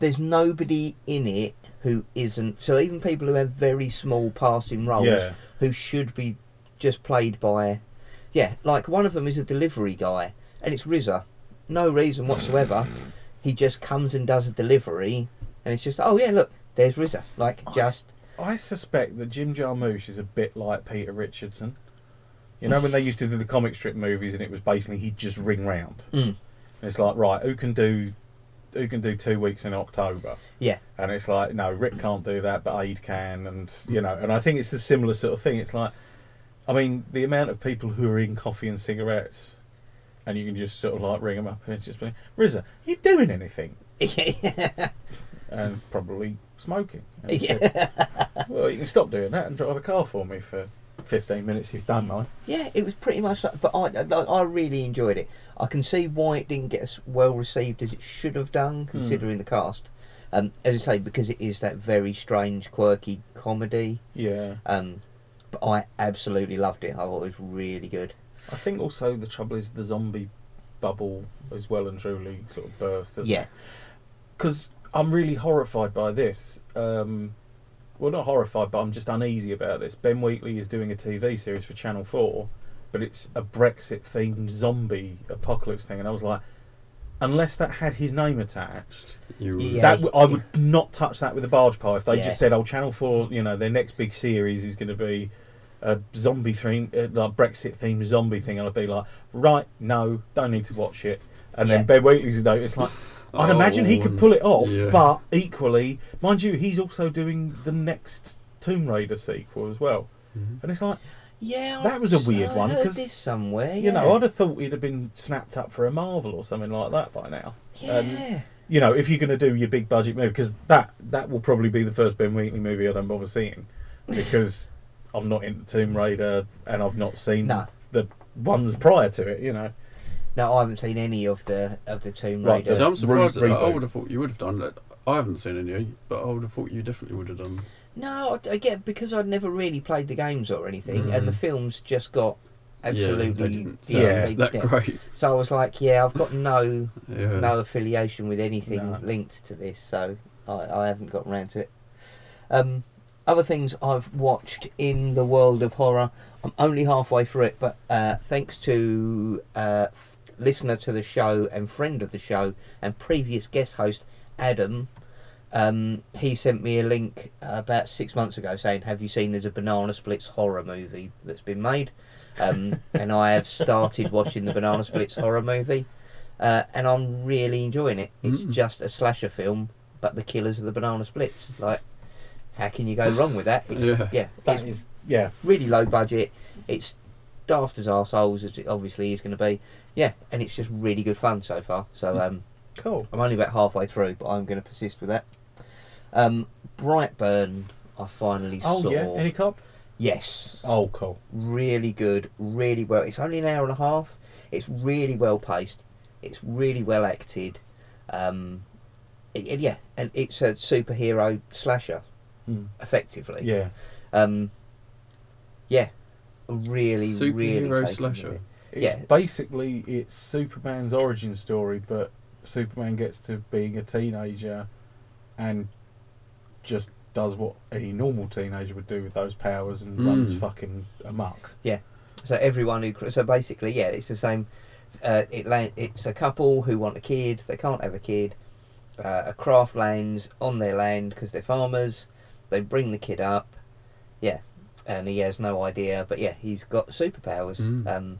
Speaker 2: There's nobody in it who isn't. So even people who have very small passing roles,
Speaker 1: Yeah.
Speaker 2: who should be just played by, yeah, like one of them is a delivery guy, and it's RZA. No reason whatsoever. he just comes and does a delivery, and it's just, oh yeah, look, there's RZA. Like
Speaker 1: Nice.
Speaker 2: just
Speaker 1: I suspect that Jim Jarmusch is a bit like Peter Richardson. You know when they used to do the comic strip movies and it was basically he'd just ring round.
Speaker 2: mm, [laughs]
Speaker 1: And it's like, right, who can do who can do two weeks in October?
Speaker 2: Yeah.
Speaker 1: And it's like, no, Rick can't do that, but Aid can and you know, and I think it's the similar sort of thing. It's like I mean, the amount of people who are in coffee and cigarettes and you can just sort of like ring them up and it's just like, Rizza, are you doing anything? and probably smoking. And he
Speaker 2: Yeah.
Speaker 1: said, well, you can stop doing that and drive a car for me for like 15 minutes, you've done mine.
Speaker 2: Yeah, it was pretty much like, but I, I, I really enjoyed it. I can see why it didn't get as well received as it should have done, considering the cast. Um, as I say, because it is that very strange, quirky comedy.
Speaker 1: Yeah.
Speaker 2: Um, but I absolutely loved it. I thought it was really good.
Speaker 1: I think also the trouble is the zombie bubble is well and truly sort of burst. Isn't
Speaker 2: yeah,
Speaker 1: Because I'm really horrified by this. Um, well, not horrified, but I'm just uneasy about this. Ben Wheatley is doing a TV series for Channel 4, but it's a Brexit themed zombie apocalypse thing. And I was like, unless that had his name attached,
Speaker 3: You
Speaker 2: Yeah.
Speaker 1: that w- I would not touch that with a barge pole. If they
Speaker 2: Yeah.
Speaker 1: just said, oh, Channel 4, you know, their next big series is going to be a zombie theme, uh, like Brexit themed zombie thing, I'd be like, right, no, don't need to watch it. And
Speaker 2: Yeah.
Speaker 1: then Ben Wheatley's note, it's like, I'd imagine he could pull it off,
Speaker 3: Oh, yeah.
Speaker 1: but equally, mind you, he's also doing the next Tomb Raider sequel as well. And it's like,
Speaker 2: yeah.
Speaker 1: That was a
Speaker 2: I-
Speaker 1: weird
Speaker 2: I
Speaker 1: one,
Speaker 2: heard
Speaker 1: 'cause,
Speaker 2: this somewhere.
Speaker 1: you know,
Speaker 2: yeah.
Speaker 1: I'd have thought he'd have been snapped up for a Marvel or something like that by now. And,
Speaker 2: Yeah.
Speaker 1: you know, if you're going to do your big budget movie, because that, that will probably be the first Ben Wheatley movie I don't bother seeing, because [laughs] I'm not into Tomb Raider and I've not seen
Speaker 2: No.
Speaker 1: the ones prior to it, you know.
Speaker 2: no, I haven't seen any of the of the Tomb
Speaker 1: Right,
Speaker 2: Raider.
Speaker 1: Yeah.
Speaker 3: See, I'm
Speaker 1: Re-
Speaker 3: surprised. that I
Speaker 1: reboot.
Speaker 3: would have thought you would have done that. I haven't seen any, but I would have thought you definitely would have done.
Speaker 2: No, I, I get because I'd never really played the games or anything, and the
Speaker 3: Mm.
Speaker 2: films just got absolutely
Speaker 3: Yeah, they didn't sound
Speaker 1: Yeah.
Speaker 2: they-
Speaker 3: that
Speaker 2: yeah.
Speaker 3: great.
Speaker 2: So I was like, yeah, I've got no
Speaker 3: Yeah.
Speaker 2: no affiliation with anything
Speaker 1: No.
Speaker 2: linked to this, so I, I haven't gotten round to it. Um, other things I've watched in the world of horror, I'm only halfway through it, but uh, thanks to uh, f- listener to the show and friend of the show and previous guest host Adam. Um, he sent me a link about six months ago saying, "Have you seen there's a Banana Splits horror movie that's been made?" Um, and I have started watching the Banana Splits horror movie, uh, and I'm really enjoying it. It's
Speaker 3: Mm.
Speaker 2: just a slasher film, but the killers are the Banana Splits. Like, how can you go wrong with that? It's,
Speaker 3: Yeah.
Speaker 2: yeah,
Speaker 1: That
Speaker 2: it's
Speaker 1: is, yeah.
Speaker 2: really low budget. It's daft as arseholes as it obviously is going to be. Yeah, and it's just really good fun so far.
Speaker 1: Mm.
Speaker 2: So um,
Speaker 1: Cool.
Speaker 2: I'm only about halfway through, but I'm going to persist with that. Um, Brightburn, I finally
Speaker 1: Oh,
Speaker 2: saw.
Speaker 1: yeah. Any cop?
Speaker 2: yes,
Speaker 1: Oh, cool.
Speaker 2: really good, really well. It's only an hour and a half. It's really well paced. It's really well acted. Um, it, it- yeah, and it's a superhero slasher,
Speaker 1: Mm.
Speaker 2: effectively.
Speaker 1: Yeah.
Speaker 2: Um, yeah, really, really
Speaker 3: Superhero
Speaker 2: taken with
Speaker 3: slasher.
Speaker 2: it.
Speaker 1: It's
Speaker 2: Yeah.
Speaker 1: basically it's Superman's origin story, but Superman gets to being a teenager and just does what any normal teenager would do with those powers and
Speaker 3: Mm.
Speaker 1: runs fucking amok.
Speaker 2: So everyone who cr- so basically yeah, it's the same. Uh, it la- it's a couple who want a kid. They can't have a kid. Uh, a craft lands on their land because they're farmers. They bring the kid up. Yeah, and he has no idea. But yeah, he's got superpowers.
Speaker 3: Mm.
Speaker 2: Um,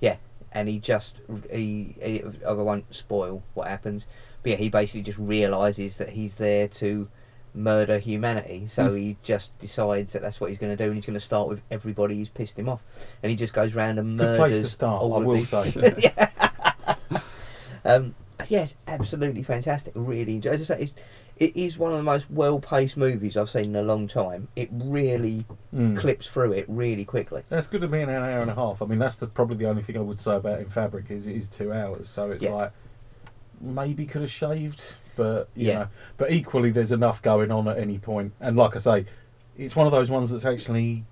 Speaker 2: yeah, and he just he, he I won't spoil what happens. But yeah, he basically just realizes that he's there to murder humanity. So
Speaker 3: Hmm.
Speaker 2: he just decides that that's what he's going to do, and he's going to start with everybody who's pissed him off, and he just goes round and
Speaker 1: Good
Speaker 2: murders.
Speaker 1: place to start,
Speaker 2: all
Speaker 1: I
Speaker 2: of
Speaker 1: will
Speaker 2: these-
Speaker 1: say.
Speaker 2: [laughs] yeah. um, yes, absolutely fantastic. Really enjoy. As I say, it's, it is one of the most well-paced movies I've seen in a long time. It really
Speaker 1: Mm.
Speaker 2: clips through it really quickly.
Speaker 1: That's good to be in an hour and a half. I mean, that's the, probably the only thing I would say about in Fabric is it is two hours, so it's
Speaker 2: Yeah.
Speaker 1: like maybe could have shaved, but you
Speaker 2: Yeah.
Speaker 1: know, but equally there's enough going on at any point. And like I say, it's one of those ones that's actually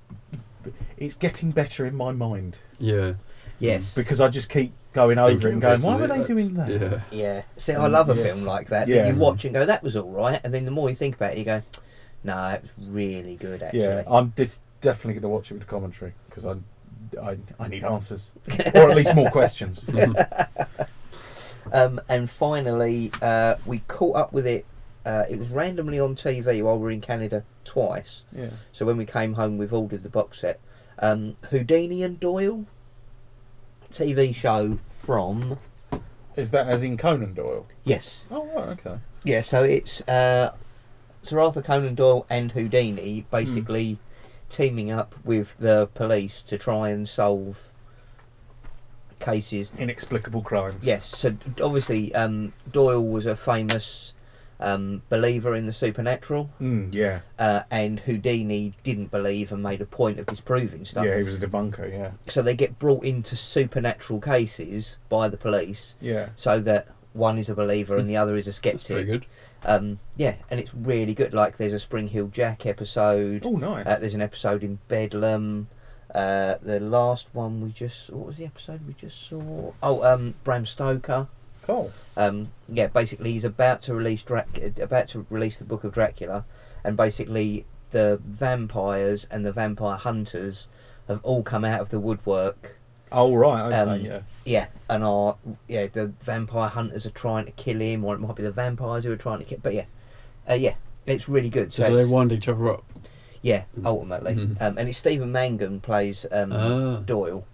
Speaker 1: it's getting better in my mind
Speaker 3: Yeah.
Speaker 2: Yes.
Speaker 1: because I just keep going over it
Speaker 3: Thinking
Speaker 1: and going,
Speaker 3: bits
Speaker 1: why
Speaker 3: of
Speaker 1: were
Speaker 3: it,
Speaker 1: they
Speaker 3: that's-
Speaker 1: doing that?
Speaker 2: [laughs]
Speaker 3: Yeah.
Speaker 2: yeah. See, I
Speaker 1: Um,
Speaker 2: love a
Speaker 1: yeah.
Speaker 2: film like that
Speaker 1: Yeah.
Speaker 2: that you watch and go, "That was all right," and then the more you think about it, you go, "No, it was really good." Actually.
Speaker 1: Yeah, I'm just definitely going to watch it with commentary because I, I, I need
Speaker 3: [laughs]
Speaker 1: answers or at least more questions.
Speaker 2: Um, and finally, uh, we caught up with it. Uh, it was randomly on TV while we were in Canada twice.
Speaker 1: Yeah,
Speaker 2: So when we came home, we've ordered the box set. Um, Houdini and Doyle TV show from
Speaker 1: is that as in Conan Doyle?
Speaker 2: yes,
Speaker 1: Oh, right, okay.
Speaker 2: yeah. So it's uh, Sir Arthur Conan Doyle and Houdini basically teaming up with the police to try and solve cases
Speaker 1: Inexplicable crimes.
Speaker 2: Yes, so d- obviously um, Doyle was a famous um, believer in the supernatural,
Speaker 1: Mm, yeah.
Speaker 2: uh, and Houdini didn't believe and made a point of disproving stuff.
Speaker 1: Yeah, he was a debunker, yeah.
Speaker 2: So they get brought into supernatural cases by the police,
Speaker 1: Yeah.
Speaker 2: so that one is a believer and the other is a
Speaker 3: That's pretty
Speaker 2: skeptic.
Speaker 3: good.
Speaker 2: Um, yeah, and it's really good. Like there's a Spring Hill Jack episode.
Speaker 1: Oh, nice.
Speaker 2: Uh, there's an episode in Bedlam. Uh, the last one we just what was the episode we just saw? Oh, um, Bram Stoker.
Speaker 1: cool.
Speaker 2: Um, yeah, basically he's about to release Drac- about to release the Book of Dracula, and basically the vampires and the vampire hunters have all come out of the woodwork.
Speaker 1: Oh, right. Okay,
Speaker 2: Um,
Speaker 1: yeah.
Speaker 2: Yeah, and are yeah the vampire hunters are trying to kill him, or it might be the vampires who are trying to kill. But yeah, uh, yeah, it's really good.
Speaker 3: So do they
Speaker 2: it's-
Speaker 3: wind each other up?
Speaker 2: yeah,
Speaker 3: Mm.
Speaker 2: ultimately.
Speaker 3: Mhm.
Speaker 2: Um, and it's Stephen Mangan plays um,
Speaker 3: Ah.
Speaker 2: Doyle,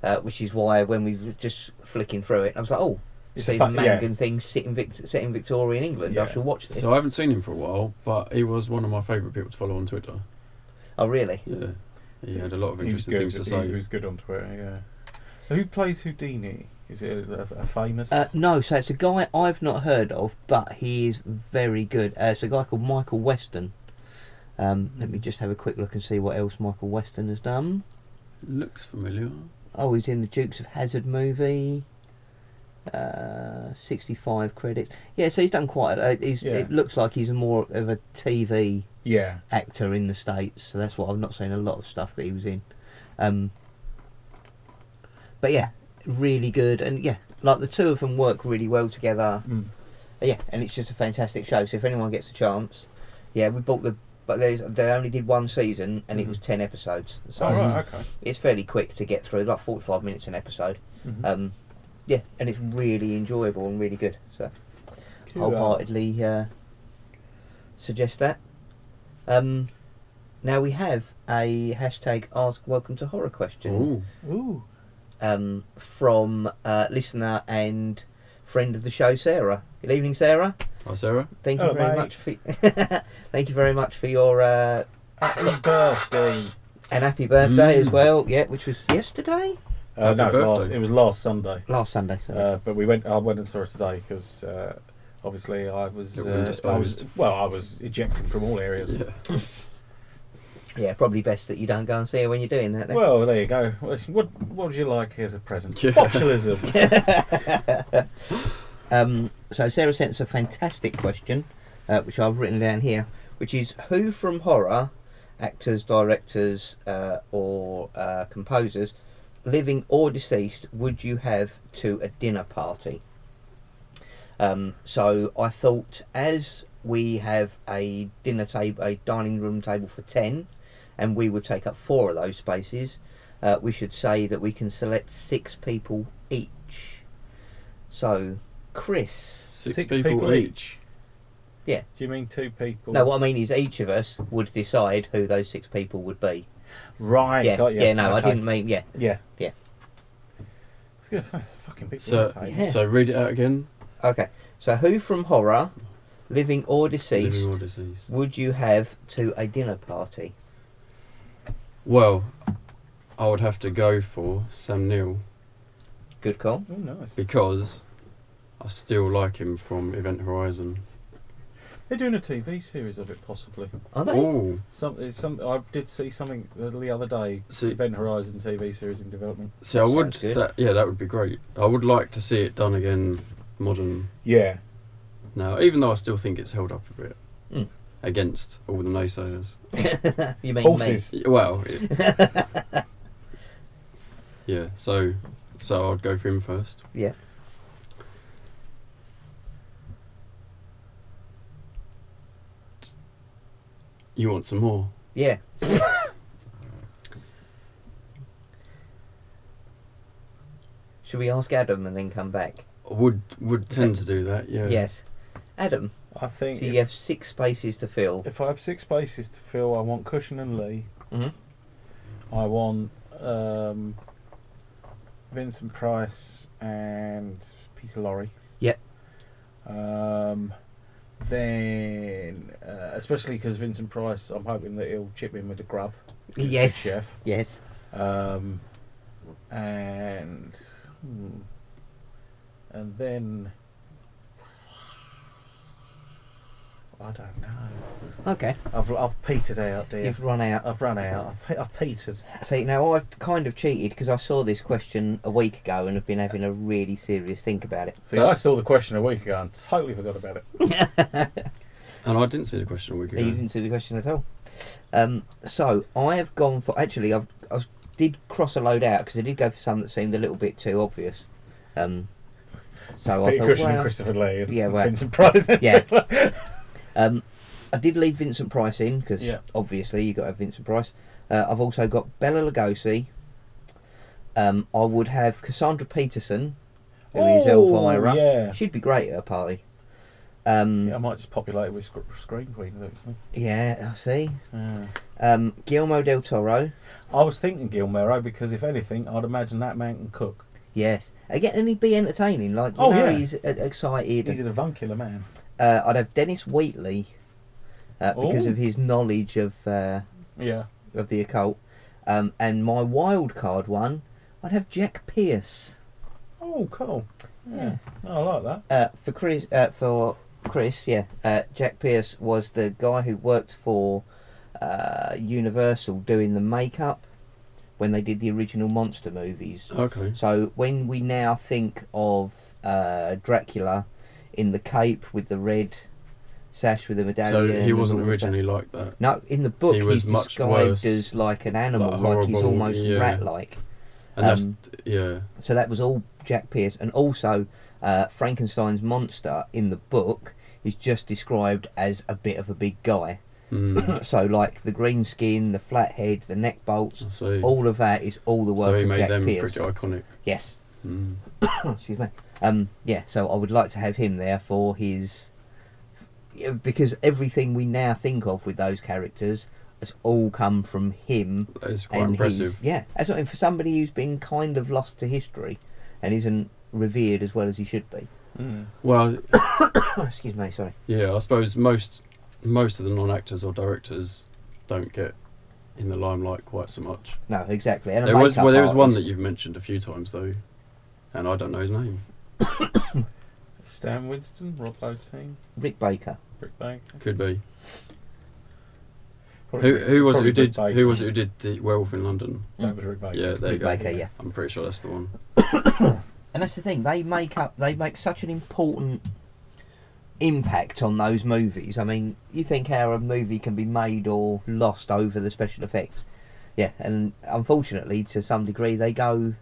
Speaker 2: uh, which is why when we were just flicking through it, I was like, oh,
Speaker 1: It's a
Speaker 2: Stephen
Speaker 1: fa- yeah.
Speaker 2: Mangan thing set in, Vic- set in Victorian England.
Speaker 1: Yeah.
Speaker 2: I shall watch this.
Speaker 3: So I haven't seen him for a while, but he was one of my favourite people to follow on Twitter.
Speaker 2: oh, really?
Speaker 3: Yeah, he had a lot of
Speaker 1: He was
Speaker 3: interesting
Speaker 1: good.
Speaker 3: things to say.
Speaker 1: He was good on Twitter, yeah. Who plays Houdini? Is it a, a famous?
Speaker 2: Uh, no, so it's a guy I've not heard of, but he is very good. Uh, it's a guy called Michael Weston. Um, Let me just have a quick look and see what else Michael Weston has done.
Speaker 3: Looks familiar.
Speaker 2: Oh, he's in the Dukes of Hazard movie. Uh, sixty-five credits. Yeah, so he's done quite. A, uh, he's,
Speaker 1: Yeah.
Speaker 2: It looks like he's more of a TV
Speaker 1: yeah.
Speaker 2: actor in the states. So that's what I've not seen a lot of stuff that he was in. Um, but yeah, really good, and yeah, like the two of them work really well together.
Speaker 1: Mm.
Speaker 2: Yeah, and it's just a fantastic show. So if anyone gets a chance, yeah, we bought the. But there's, they only did one season, and it was
Speaker 1: Mhm.
Speaker 2: ten episodes. So
Speaker 1: Oh, right. Okay.
Speaker 2: it's fairly quick to get through, like forty-five minutes an episode.
Speaker 1: Mhm.
Speaker 2: Um, yeah, and it's really enjoyable and really good. So
Speaker 1: Cool.
Speaker 2: wholeheartedly uh, suggest that. Um, now we have a hashtag Ask Welcome to Horror question
Speaker 3: Ooh,
Speaker 1: Ooh.
Speaker 2: um, from uh, listener and friend of the show, Sarah. Good evening, Sarah.
Speaker 3: hi Sarah.
Speaker 2: Thank you
Speaker 1: Hello,
Speaker 2: very
Speaker 1: Oh, mate.
Speaker 2: much for [laughs] thank you very much for your uh,
Speaker 1: Happy birthday.
Speaker 2: and happy birthday as
Speaker 3: Mm.
Speaker 2: well. Yeah, which was yesterday,
Speaker 1: Uh,
Speaker 3: Happy
Speaker 1: no, it was, last,
Speaker 3: birthday.
Speaker 1: it was last Sunday.
Speaker 2: last Sunday. Sorry.
Speaker 1: Uh, but we went. I went and saw it today because uh, obviously I was.
Speaker 3: It
Speaker 1: Uh,
Speaker 3: would've
Speaker 1: I was.
Speaker 3: disposed.
Speaker 1: Well, I was ejected from all areas.
Speaker 3: Yeah.
Speaker 2: yeah, probably best that you don't go and see her when you're doing that. then.
Speaker 1: Well, there you go. What What would you like as a
Speaker 2: [laughs]
Speaker 1: present?
Speaker 3: Yeah.
Speaker 1: Botulism.
Speaker 2: um, so Sarah sent us a fantastic question, uh, which I've written down here, which is who from horror, actors, directors, uh, or uh, composers, living or deceased, would you have to a dinner party? Um, so I thought, as we have a dinner table, a dining room table for ten, and we would take up four of those spaces, uh, we should say that we can select six people each. So, Chris.
Speaker 3: Six,
Speaker 1: Six
Speaker 3: people,
Speaker 1: people
Speaker 3: each.
Speaker 1: Do you mean two people?
Speaker 2: No, what I mean is each of us would decide who those six people would be.
Speaker 1: Right.
Speaker 2: yeah,
Speaker 1: Got you.
Speaker 2: yeah. No,
Speaker 1: Okay.
Speaker 2: I didn't mean. Yeah,
Speaker 1: Yeah.
Speaker 2: Yeah.
Speaker 1: I was going to say it's a fucking big
Speaker 3: So-
Speaker 1: rotate.
Speaker 2: Yeah.
Speaker 3: So read it out again.
Speaker 2: okay. So, who from horror, living or deceased,
Speaker 3: Living or deceased.
Speaker 2: would you have to a dinner party?
Speaker 3: Well, I would have to go for Sam Neill
Speaker 2: Good call.
Speaker 1: Oh, nice.
Speaker 3: because I still like him from Event Horizon.
Speaker 1: They're doing a TV series of it, possibly.
Speaker 2: Are they?
Speaker 3: Oh,
Speaker 1: Some, it's some. I did see something the other day.
Speaker 3: see,
Speaker 1: Event Horizon TV series in development.
Speaker 3: see, I
Speaker 2: Sounds
Speaker 3: would.
Speaker 2: good.
Speaker 3: That, yeah, that would be great. I would like to see it done again, modern
Speaker 1: Yeah.
Speaker 3: now. Even though I still think it's held up a bit
Speaker 2: Mm.
Speaker 3: against all the naysayers.
Speaker 2: you mean
Speaker 1: Horses.
Speaker 3: Y- Well, it-
Speaker 2: [laughs]
Speaker 3: yeah. So, so I'd go for him first.
Speaker 2: me? Yeah.
Speaker 3: You want some more? [laughs]
Speaker 2: Yeah. Should we ask Adam and then come back?
Speaker 3: Would would tend to do that? Yeah.
Speaker 2: Yes. Adam,
Speaker 1: I
Speaker 2: so
Speaker 1: think
Speaker 2: you
Speaker 1: if,
Speaker 2: have six spaces to fill.
Speaker 1: if I have six spaces to fill, I want Cushion and Lee.
Speaker 2: Mm-hmm.
Speaker 1: I want um, Vincent Price and Peter Lorre.
Speaker 2: Yep.
Speaker 1: Um, then, uh, especially because Vincent Price, I'm hoping that he'll chip in with the grub. He's a
Speaker 2: Yes.
Speaker 1: chef.
Speaker 2: Yes.
Speaker 1: Um, and hmm, and then I don't know.
Speaker 2: Okay,
Speaker 1: I've I've petered out, dear.
Speaker 2: you've run out.
Speaker 1: I've run out. I've, pe- I've petered.
Speaker 2: See, now I kind of cheated because I saw this question a week ago and have been having a really serious think about it.
Speaker 1: See, I saw the question a week ago and totally forgot about it.
Speaker 3: And I didn't see the question a week
Speaker 2: No,
Speaker 3: ago.
Speaker 2: You didn't see the question at all. Um, so I have gone for actually I've, I did cross a load out because I did go for some that seemed a little bit too obvious. Um, so I
Speaker 1: Peter
Speaker 2: thought,
Speaker 1: Cushing
Speaker 2: well,
Speaker 1: and Christopher Lee and
Speaker 2: Yeah, well-
Speaker 1: Vincent Price. [laughs]
Speaker 2: Yeah. um, I did leave Vincent Price in because
Speaker 1: Yeah.
Speaker 2: obviously you got to have Vincent Price. Uh, I've also got Bella Lugosi. Um, I would have Cassandra Peterson, who is
Speaker 1: Oh,
Speaker 2: Elvira.
Speaker 1: yeah.
Speaker 2: She'd be great at a party. Um,
Speaker 1: Yeah, I might just populate it with sc- Scream Queen. actually.
Speaker 2: yeah, I see.
Speaker 1: Yeah.
Speaker 2: Um, Guillermo del Toro.
Speaker 1: I was thinking Gilmero because if anything, I'd imagine that man can cook.
Speaker 2: Yes. Again, and he'd be entertaining. Like, you
Speaker 1: Oh,
Speaker 2: know,
Speaker 1: yeah.
Speaker 2: he's uh, excited.
Speaker 1: He's an avuncular man.
Speaker 2: uh, I'd have Dennis Wheatley uh, because
Speaker 1: Ooh.
Speaker 2: of his knowledge of uh,
Speaker 1: Yeah.
Speaker 2: of the occult. Um, and my wild card one, I'd have Jack Pierce.
Speaker 1: Oh, cool. Yeah. I like that.
Speaker 2: Uh, for Chris, uh, for Chris, yeah. Uh, Jack Pierce was the guy who worked for uh, Universal doing the makeup when they did the original monster movies.
Speaker 3: Okay.
Speaker 2: So when we now think of uh, Dracula in the cape with the red sash with the
Speaker 3: So
Speaker 2: medallion,
Speaker 3: he wasn't
Speaker 2: and all of that-
Speaker 3: originally like that.
Speaker 2: No, in the book
Speaker 3: He was
Speaker 2: he's
Speaker 3: much
Speaker 2: described
Speaker 3: worse,
Speaker 2: as like an animal,
Speaker 3: like
Speaker 2: like, he's
Speaker 3: horrible,
Speaker 2: almost
Speaker 3: yeah.
Speaker 2: rat-like.
Speaker 3: And that's
Speaker 2: Um,
Speaker 3: yeah.
Speaker 2: So that was all Jack Pierce, and also uh, Frankenstein's monster in the book is just described as a bit of a big guy. [coughs]
Speaker 3: Mm,
Speaker 2: so like the green skin, the flat head, the neck bolts,
Speaker 3: I see.
Speaker 2: all of that is all the work
Speaker 3: so he
Speaker 2: of
Speaker 3: made
Speaker 2: Jack
Speaker 3: them
Speaker 2: Pierce.
Speaker 3: pretty iconic.
Speaker 2: Yes. [coughs]
Speaker 3: Mm.
Speaker 2: excuse me. Um, yeah, so I would like to have him there for his yeah, because everything we now think of with those characters has all come from him.
Speaker 3: That is quite
Speaker 2: he's-
Speaker 3: impressive.
Speaker 2: yeah, that's what I mean. For somebody who's been kind of lost to history and isn't revered as well as he should be. [coughs]
Speaker 1: Mm.
Speaker 3: Well,
Speaker 2: excuse me, sorry.
Speaker 3: yeah. I suppose most most of the non-actors or directors don't get in the limelight quite so much.
Speaker 2: No, exactly. And a
Speaker 3: There was
Speaker 2: makeup
Speaker 3: well, there was one that
Speaker 2: artist.
Speaker 3: you've mentioned a few times though, and I don't know his name.
Speaker 1: Stan Winston, Rob Lotein,
Speaker 2: Rick Baker.
Speaker 1: Rick Baker.
Speaker 3: Could be.
Speaker 1: Probably-
Speaker 3: Who who was it
Speaker 1: probably
Speaker 3: who
Speaker 1: Rick
Speaker 3: did
Speaker 1: Baker.
Speaker 3: who was it who did the werewolf in London?
Speaker 1: That was Rick Baker.
Speaker 3: Yeah, there you
Speaker 2: Rick
Speaker 3: go.
Speaker 2: Baker, yeah.
Speaker 3: I'm pretty sure that's the one.
Speaker 2: And that's the thing, they make up they make such an important impact on those movies. I mean, you think how a movie can be made or lost over the special effects. Yeah, and unfortunately to some degree they go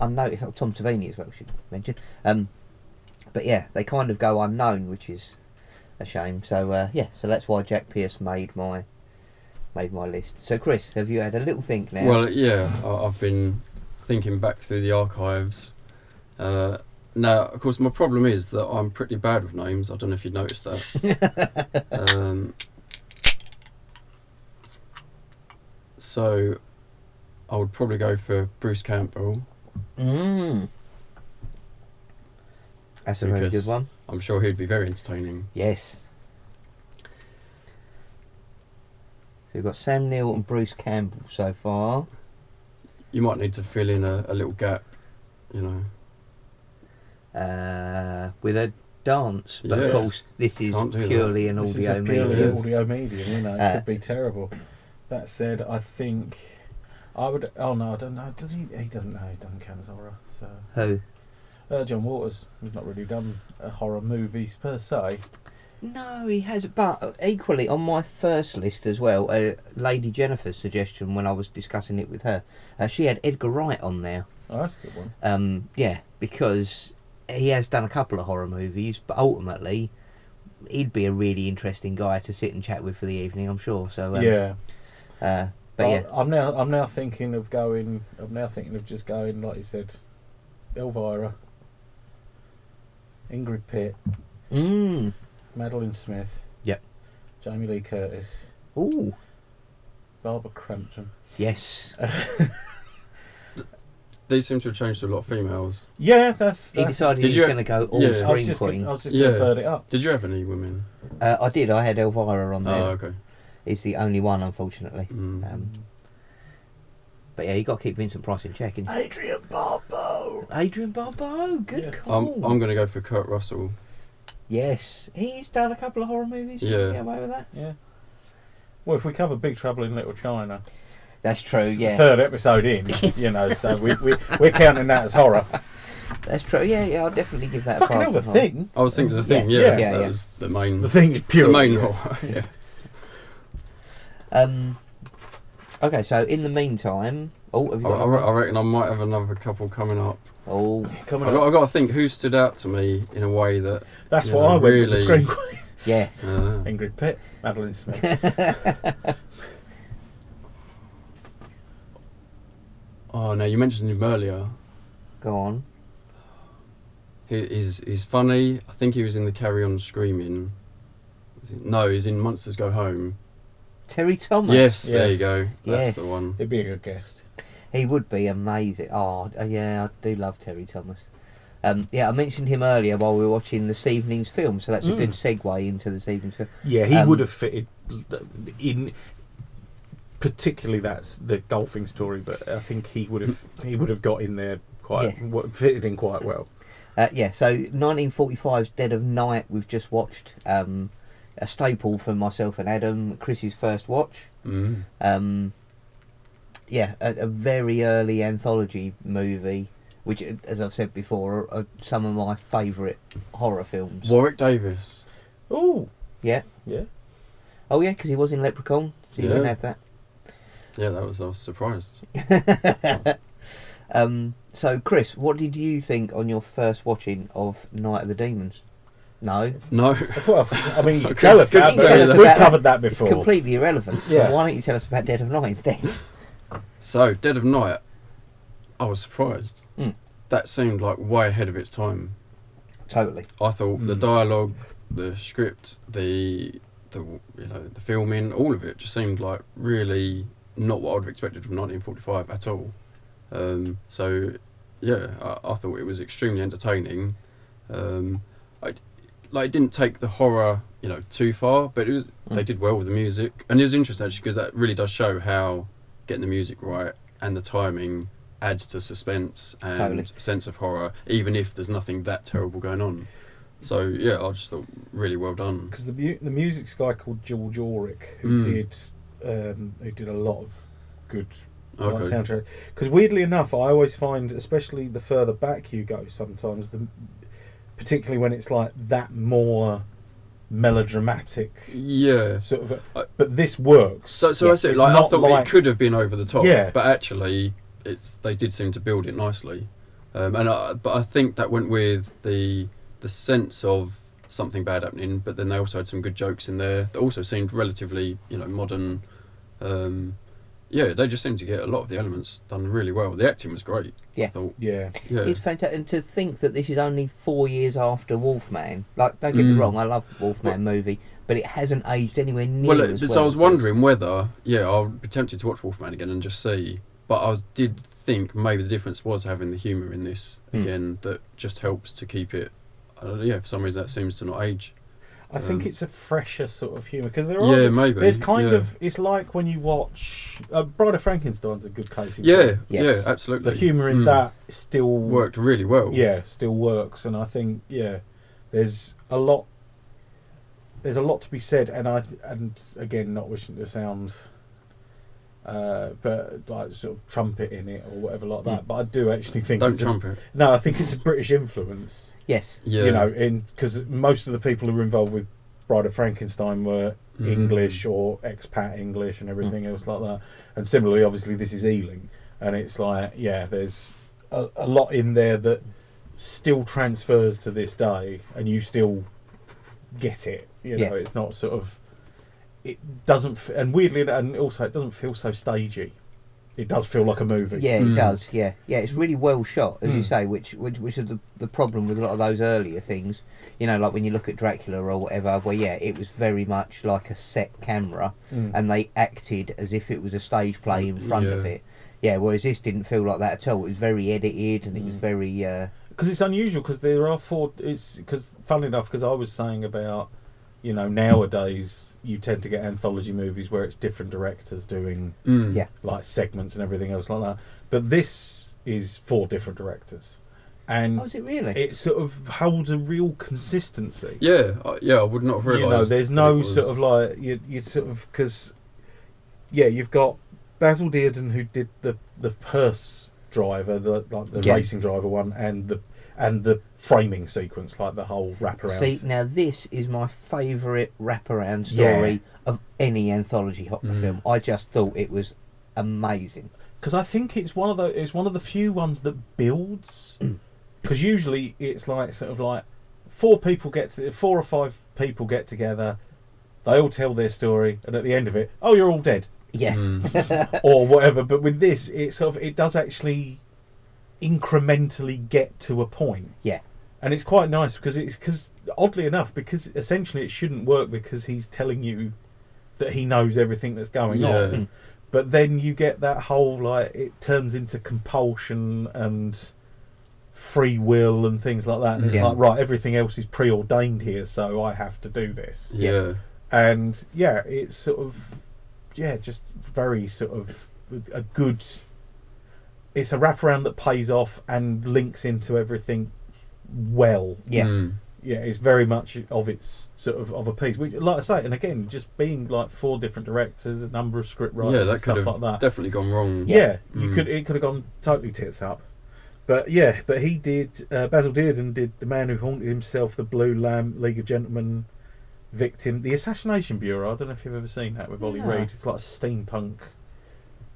Speaker 2: unnoticed. Oh, Tom Savini as well should mention. Um but yeah, they kind of go unknown, which is a shame. So uh, yeah, so that's why Jack Pierce made my made my list. So Chris, have you had a little think now?
Speaker 3: Well, yeah, I, I've been thinking back through the archives. Uh, now, of course, my problem is that I'm pretty bad with names. I don't know if you noticed that. um, so, I would probably go for Bruce Campbell.
Speaker 2: mm. That's a very
Speaker 3: Lucas.
Speaker 2: good one.
Speaker 3: I'm sure he'd be very entertaining.
Speaker 2: Yes. So we've got Sam Neill and Bruce Campbell so far.
Speaker 3: You might need to fill in a, a little gap, you know.
Speaker 2: Uh, with a dance, but
Speaker 3: Yes.
Speaker 2: of course this is
Speaker 3: Can't do that.
Speaker 2: purely an
Speaker 1: This is
Speaker 2: audio
Speaker 1: a purely
Speaker 2: medium.
Speaker 3: medium.
Speaker 1: audio medium, you know, it
Speaker 2: Uh,
Speaker 1: could be terrible. That said, I think I would. Oh no, I don't know. Does he? He doesn't know. He doesn't count as horror. So
Speaker 2: Who?
Speaker 1: uh, John Waters has not really done uh, horror movies per se.
Speaker 2: No, he has. But equally, on my first list as well, uh, Lady Jennifer's suggestion when I was discussing it with her, uh, she had Edgar Wright on there.
Speaker 1: Oh, that's a good one.
Speaker 2: Um, yeah, because he has done a couple of horror movies, but ultimately, he'd be a really interesting guy to sit and chat with for the evening, I'm sure. So um,
Speaker 1: yeah,
Speaker 2: uh, but
Speaker 1: but
Speaker 2: yeah,
Speaker 1: I'm now. I'm now thinking of going. I'm now thinking of just going, like you said, Elvira, Ingrid Pitt,
Speaker 2: mm.
Speaker 1: Madeline Smith.
Speaker 2: Yep.
Speaker 1: Jamie Lee Curtis,
Speaker 2: ooh,
Speaker 1: Barbara Crampton.
Speaker 2: yes,
Speaker 3: These seem to have changed to a lot of females.
Speaker 1: Yeah, that's.
Speaker 2: he
Speaker 1: that's
Speaker 2: decided
Speaker 3: Did
Speaker 2: he
Speaker 3: you-
Speaker 2: was going to go all
Speaker 3: yeah.
Speaker 1: I was
Speaker 2: scream
Speaker 1: just.
Speaker 2: queen.
Speaker 1: Gonna, I was just
Speaker 3: Yeah.
Speaker 1: gonna bird it up.
Speaker 3: Did you have any women?
Speaker 2: uh, I did. I had Elvira on
Speaker 3: Oh,
Speaker 2: there.
Speaker 3: okay.
Speaker 2: He's the only one, unfortunately.
Speaker 3: Mm.
Speaker 2: Um, but yeah, you got to keep Vincent Price in check. And
Speaker 1: Adrian Barbeau.
Speaker 2: Adrian Barbeau, good
Speaker 1: Yeah.
Speaker 2: call.
Speaker 3: I'm, I'm going to go for Kurt Russell.
Speaker 2: Yes, he's done a couple of horror movies. so
Speaker 3: Yeah.
Speaker 2: get away with that.
Speaker 1: Yeah. Well, if we cover Big Trouble in Little China,
Speaker 2: That's true.
Speaker 1: the
Speaker 2: Yeah,
Speaker 1: third episode [laughs] in, you know, so we, we, we're counting that as horror.
Speaker 2: that's true. Yeah, yeah, I'll definitely give that. a
Speaker 1: Fucking
Speaker 2: pass
Speaker 1: hell, the
Speaker 2: as well.
Speaker 1: thing.
Speaker 3: I was thinking the thing,
Speaker 1: Yeah,
Speaker 3: yeah,
Speaker 1: yeah,
Speaker 2: yeah,
Speaker 3: that
Speaker 2: yeah.
Speaker 3: was the main,
Speaker 1: The thing is pure.
Speaker 3: the main horror.
Speaker 1: [laughs]
Speaker 3: [laughs] Yeah.
Speaker 2: Um. Okay, so in the meantime, oh, have you
Speaker 3: I,
Speaker 2: got
Speaker 3: I,
Speaker 2: another
Speaker 3: re- I reckon I might have another couple coming up.
Speaker 2: one? Oh,
Speaker 1: Coming
Speaker 3: I've
Speaker 1: up.
Speaker 3: got, I've got to think who stood out to me in a way that.
Speaker 1: That's
Speaker 3: you
Speaker 1: what
Speaker 3: know,
Speaker 1: I went with the
Speaker 3: really-
Speaker 1: screen.
Speaker 2: yeah.
Speaker 3: Uh,
Speaker 1: Ingrid Pitt, Madeline [laughs] Smith.
Speaker 3: oh no, you mentioned him earlier.
Speaker 2: Go on.
Speaker 3: He, he's he's funny. I think he was in the Carry On Screaming. Was he- No, he's in Monsters Go Home.
Speaker 2: Terry Thomas.
Speaker 3: Yes, there you
Speaker 1: Yes.
Speaker 3: go. That's
Speaker 2: Yes.
Speaker 3: the one.
Speaker 1: It'd be a good guest.
Speaker 2: He would be amazing. Oh, uh, yeah, I do love Terry Thomas. Um, yeah, I mentioned him earlier while we were watching this evening's film, so that's a good segue into this evening's film.
Speaker 1: Yeah, he
Speaker 2: Um,
Speaker 1: would have fitted in. Particularly, that's the golfing story, but I think he would have he would have got in there quite
Speaker 2: Yeah.
Speaker 1: w fitted in quite well.
Speaker 2: Uh, yeah, so 1945's Dead of Night, we've just watched. Um, a staple for myself and Adam, Chris's first watch.
Speaker 3: Mm.
Speaker 2: um, yeah, a, a very early anthology movie, which, as I've said before, are, are some of my favourite horror films.
Speaker 3: Warwick Davis.
Speaker 1: Oh,
Speaker 2: Yeah.
Speaker 1: yeah.
Speaker 2: Oh yeah, because he was in Leprechaun, so you
Speaker 3: Yeah.
Speaker 2: don't have that.
Speaker 3: Yeah, that was. I was surprised.
Speaker 2: [laughs] Um, so, Chris, what did you think on your first watching of Night of the Demons? No,
Speaker 3: No. [laughs]
Speaker 1: Well, I mean, you
Speaker 3: I
Speaker 1: can tell
Speaker 3: couldn't-
Speaker 1: us that,
Speaker 3: couldn't
Speaker 1: but
Speaker 3: tell you
Speaker 1: we've
Speaker 3: that.
Speaker 1: covered that before.
Speaker 2: completely irrelevant.
Speaker 1: Yeah.
Speaker 2: Why don't you tell us about Dead of Night instead?
Speaker 3: So, Dead of Night, I was surprised.
Speaker 2: Mm.
Speaker 3: That seemed like way ahead of its time.
Speaker 2: [laughs] totally.
Speaker 3: I thought the
Speaker 1: Mm.
Speaker 3: dialogue, the script, the the you know the filming, all of it just seemed like really not what I'd have expected from 1945 at all. Um, so yeah, I, I thought it was extremely entertaining. Um, I like it didn't take the horror you know too far, but it was they did well with the music, and it was interesting actually because that really does show how getting the music right and the timing adds to suspense and
Speaker 2: Totally.
Speaker 3: sense of horror, even if there's nothing that terrible going on. So yeah, I just thought really well done.
Speaker 1: because the mu- the music's a guy called George Auric who
Speaker 3: Mm.
Speaker 1: did um, who did a lot of good
Speaker 3: Okay.
Speaker 1: soundtrack. Because weirdly enough, I always find, especially the further back you go, sometimes the particularly when it's like that more melodramatic
Speaker 3: yeah.
Speaker 1: sort of.
Speaker 3: I-
Speaker 1: But this works.
Speaker 3: So so
Speaker 2: Yeah,
Speaker 3: I said
Speaker 1: it's
Speaker 3: like I
Speaker 1: not
Speaker 3: thought
Speaker 1: like-
Speaker 3: it could have been over the top.
Speaker 1: Yeah.
Speaker 3: But actually, it's they did seem to build it nicely, um, and I, but I think that went with the the sense of something bad happening. But then they also had some good jokes in there that also seemed relatively you know modern. Um, yeah, they just seemed to get a lot of the elements done really well. The acting was great.
Speaker 2: Yeah.
Speaker 3: I thought.
Speaker 1: Yeah,
Speaker 3: Yeah.
Speaker 2: It's fantastic, and to think that this is only four years after Wolfman. Like, don't get me
Speaker 3: Mm.
Speaker 2: wrong, I love Wolfman movie, but it hasn't aged anywhere near.
Speaker 3: Well,
Speaker 2: as
Speaker 3: it,
Speaker 2: well
Speaker 3: so I was
Speaker 2: as this.
Speaker 3: wondering whether, yeah, I'll be tempted to watch Wolfman again and just see. But I did think maybe the difference was having the humour in this
Speaker 2: Mm.
Speaker 3: again that just helps to keep it. I don't know, yeah, for some reason that seems to not age.
Speaker 1: I think
Speaker 3: Um,
Speaker 1: it's a fresher sort of humour because there are.
Speaker 3: Yeah, maybe.
Speaker 1: There's kind
Speaker 3: yeah.
Speaker 1: of it's like when you watch uh, Bride of Frankenstein's a good case. in
Speaker 3: Yeah,
Speaker 1: point.
Speaker 2: Yes.
Speaker 3: yeah, absolutely.
Speaker 1: the humour in
Speaker 3: Mm.
Speaker 1: that still
Speaker 3: worked really well.
Speaker 1: yeah still works and i think yeah there's a lot there's a lot to be said and i th- and again not wishing to sound uh but like sort of trumpet in it or whatever like that but i do actually think
Speaker 3: Hmm. Don't
Speaker 1: it's a-
Speaker 3: trumpet.
Speaker 1: no i think it's a british influence
Speaker 2: Yes.
Speaker 3: Yeah.
Speaker 1: you know in because most of the people who were involved with bride of frankenstein were
Speaker 3: Mm.
Speaker 1: english or expat english and everything else like that and similarly obviously this is ealing and it's like yeah there's a, a lot in there that still transfers to this day and you still get it you
Speaker 2: Yeah.
Speaker 1: know it's not sort of it doesn't f- and weirdly and also it doesn't feel so stagey it does feel like a movie
Speaker 2: Yeah, it
Speaker 3: Mm.
Speaker 2: does. Yeah, yeah, it's really well shot, as you
Speaker 1: Mm.
Speaker 2: say, which which which is the the problem with a lot of those earlier things. You know, like when you look at Dracula or whatever, where yeah, it was very much like a set camera,
Speaker 1: Mm.
Speaker 2: and they acted as if it was a stage play in front of
Speaker 3: Mm, Yeah.
Speaker 2: it. Yeah, whereas this didn't feel like that at all. It was very edited, and it was
Speaker 1: Mm.
Speaker 2: very uh,
Speaker 1: because it's unusual because there are four it's because funnily enough because i was saying about you know nowadays you tend to get anthology movies where it's different directors doing
Speaker 3: Mm.
Speaker 2: yeah,
Speaker 1: like segments and everything else like that but this is four different directors and
Speaker 2: Oh, is it really?
Speaker 1: it sort of holds a real consistency.
Speaker 3: Yeah, I, yeah, I would not have realised.
Speaker 1: You know, there's no sort
Speaker 3: [laughs]
Speaker 1: of
Speaker 3: of.
Speaker 1: like you you sort of because yeah, you've got Basil Dearden who did the the hearse driver, the like the
Speaker 2: Yeah.
Speaker 1: racing driver one, and the and the framing sequence, like the whole wraparound.
Speaker 2: See, now this is my favourite wraparound story of any anthology Hopper
Speaker 3: Mm.
Speaker 2: film. I just thought it was amazing.
Speaker 1: because I think it's one of the it's one of the few ones that [clears throat] builds. Because usually it's like sort of like four people get to four or five people get together, they all tell their story, and at the end of it, oh, you're all dead
Speaker 2: Yeah.
Speaker 1: [laughs]
Speaker 3: Mm.
Speaker 1: or whatever. But with this, it sort of it does actually incrementally get to a point.
Speaker 2: Yeah.
Speaker 1: and it's quite nice because it's because oddly enough, because essentially it shouldn't work because he's telling you that he knows everything that's going
Speaker 3: Yeah.
Speaker 1: on.
Speaker 2: Hmm.
Speaker 1: But then you get that whole like it turns into compulsion and free will and things like that. And it's
Speaker 2: Yeah.
Speaker 1: like right, everything else is preordained here, so I have to do this.
Speaker 3: Yeah.
Speaker 2: Yeah.
Speaker 1: And yeah, it's sort of yeah, just very sort of a good. It's a wraparound that pays off and links into everything well
Speaker 2: Yeah. [laughs]
Speaker 3: Mm.
Speaker 1: yeah, it's very much of its sort of of a piece. Which, like I say, and again, just being like four different directors, a number of script
Speaker 3: yeah,
Speaker 1: writers,
Speaker 3: that
Speaker 1: and
Speaker 3: could
Speaker 1: stuff like
Speaker 3: have
Speaker 1: that.
Speaker 3: definitely gone wrong.
Speaker 1: yeah, you
Speaker 3: Mm.
Speaker 1: could it could have gone totally tits up. But yeah, but he did. Uh, Basil Dearden did the man who haunted himself, the Blue Lamb, League of Gentlemen, Victim, the Assassination Bureau. I don't know if you've ever seen that with Ollie
Speaker 2: No.
Speaker 1: Reed. It's like a steampunk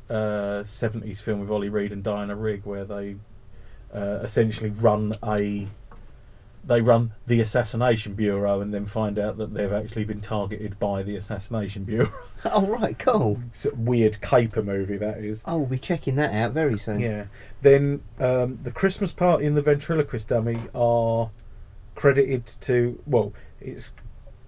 Speaker 1: uh, '70s film with Ollie Reed and Diana Rigg, where they uh, essentially run a they run the assassination bureau and then find out that they've actually been targeted by the assassination bureau. [laughs]
Speaker 2: Oh, right, cool.
Speaker 1: It's a weird caper movie that is.
Speaker 2: I will be checking that out very soon.
Speaker 1: Yeah. Then um, the Christmas party and the ventriloquist dummy are credited to well, it's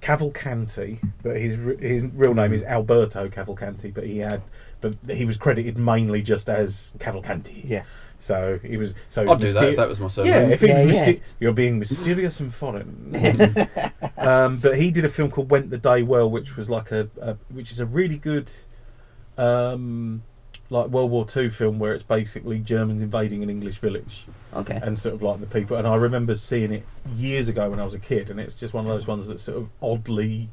Speaker 1: Cavalcanti, but his r- his real name
Speaker 3: Mm.
Speaker 1: is Alberto Cavalcanti, but he had but he was credited mainly just as Cavalcanti.
Speaker 2: Yeah.
Speaker 1: So he was so
Speaker 3: I'd do that
Speaker 1: myster-
Speaker 3: if that was my surname.
Speaker 1: yeah, if he's
Speaker 2: Yeah,
Speaker 1: myste-
Speaker 2: yeah.
Speaker 1: you're being mysterious and
Speaker 2: [laughs]
Speaker 1: foreign. um, but he did a film called Went the Day Well, which was like a, a which is a really good, um, like World War Two film where it's basically Germans invading an English village
Speaker 2: Okay.
Speaker 3: Uh,
Speaker 1: and sort of like the people. And I remember seeing it years ago when I was a kid, and it's just one of those ones that sort of oddly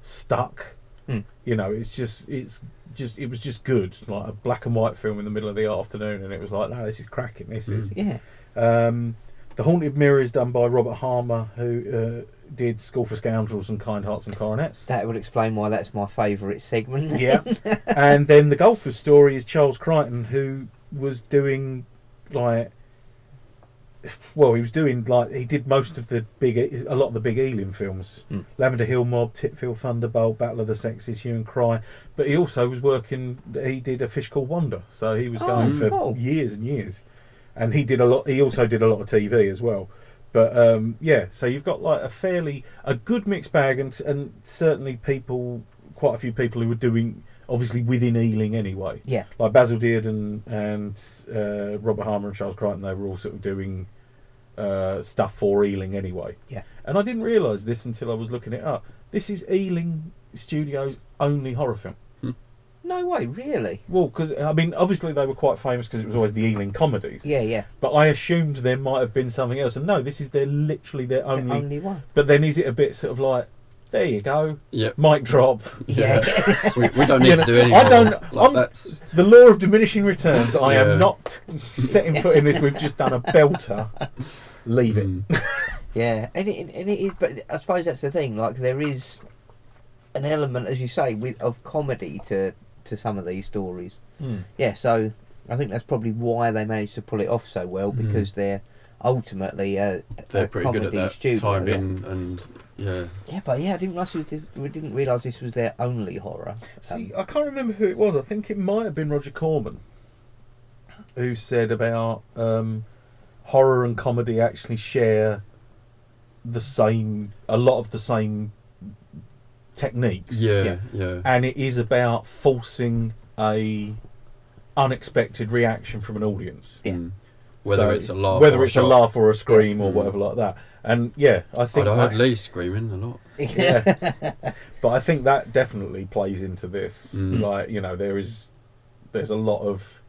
Speaker 1: stuck.
Speaker 2: Hmm.
Speaker 1: You know, it's just it's just it was just good, like a black and white film in the middle of the afternoon, and it was like, no, this is cracking. This is.
Speaker 3: Hmm.
Speaker 2: Yeah.
Speaker 1: Um, the Haunted Mirror is done by Robert Harmer, who uh, did School for Scoundrels and Kind Hearts and Coronets.
Speaker 2: That would explain why that's my favourite
Speaker 1: [laughs]
Speaker 2: segment.
Speaker 1: yeah. And then the golfer's story is Charles Crichton, who was doing like. [laughs] Well, he was doing like he did most of the big, a lot of the big Ealing films,
Speaker 2: Hmm.
Speaker 1: Lavender Hill Mob, Titfield Thunderbolt, Battle of the Sexes, Hue and Cry. But he also was working. He did a fish called Wonder, so he was
Speaker 2: Oh,
Speaker 1: going for
Speaker 2: cool.
Speaker 1: years and years. And he did a lot. He also did a lot of TV as well. But um, yeah, so you've got like a fairly a good mixed bag, and and certainly people, quite a few people who were doing obviously within Ealing anyway,
Speaker 2: [laughs] Yeah.
Speaker 1: like Basil Dearden and uh, Robert Harmer and Charles Crichton. They were all sort of doing uh, stuff for Ealing anyway.
Speaker 2: Yeah.
Speaker 1: and I didn't realise this until I was looking it up. This is Ealing Studios' only horror film.
Speaker 2: No way, really?
Speaker 1: Well, because I mean, obviously they were quite famous because it was always the Ealing comedies.
Speaker 2: Yeah, yeah.
Speaker 1: But I assumed there might have been something else, and no, this is their literally their
Speaker 2: The
Speaker 1: only.
Speaker 2: only
Speaker 3: [laughs]
Speaker 2: one.
Speaker 1: But then is it a bit sort of like, there you go,
Speaker 3: Yep.
Speaker 1: mic drop.
Speaker 2: Yeah. [laughs]
Speaker 3: we, we don't need
Speaker 1: You know,
Speaker 3: to do any
Speaker 1: I
Speaker 3: more.
Speaker 1: don't-
Speaker 3: Like,
Speaker 1: I'm-
Speaker 3: that's
Speaker 1: The law of diminishing returns. I
Speaker 3: Yeah.
Speaker 1: am not setting foot in this. We've just done a belter. Leave it.
Speaker 3: Mm.
Speaker 2: Yeah, and it, and it is, but I suppose that's the thing. Like there is an element, as you say, with of comedy to to some of these stories.
Speaker 3: Hmm.
Speaker 2: Yeah, so I think that's probably why they managed to pull it off so well
Speaker 3: Mhm.
Speaker 2: because they're ultimately uh, a,
Speaker 3: They're
Speaker 2: a
Speaker 3: pretty good
Speaker 2: comedy
Speaker 3: at that.
Speaker 2: studio.
Speaker 3: Time
Speaker 2: yeah.
Speaker 3: in and yeah.
Speaker 2: Yeah, but yeah, I didn't realize we, did, we didn't realize this was their only horror. [laughs] Um,
Speaker 1: See, I can't remember who it was. I think it might have been Roger Corman, who said about um, horror and comedy actually share the same, a lot of the same techniques.
Speaker 3: Yeah. Yeah.
Speaker 1: and it is about forcing a unexpected reaction from an audience.
Speaker 2: Yeah.
Speaker 3: Mm. Whether
Speaker 1: So,
Speaker 3: it's a laugh.
Speaker 1: whether
Speaker 3: or
Speaker 1: it's a
Speaker 3: shot.
Speaker 1: laugh or a scream or
Speaker 3: Mm.
Speaker 1: whatever like that. And yeah, I
Speaker 3: I'd
Speaker 1: think,
Speaker 3: have heard
Speaker 1: that,
Speaker 3: Lee screaming a lot.
Speaker 1: yeah,
Speaker 3: [laughs]
Speaker 1: but I think that definitely plays into this.
Speaker 3: Mm.
Speaker 1: Like you know, there is there's a lot of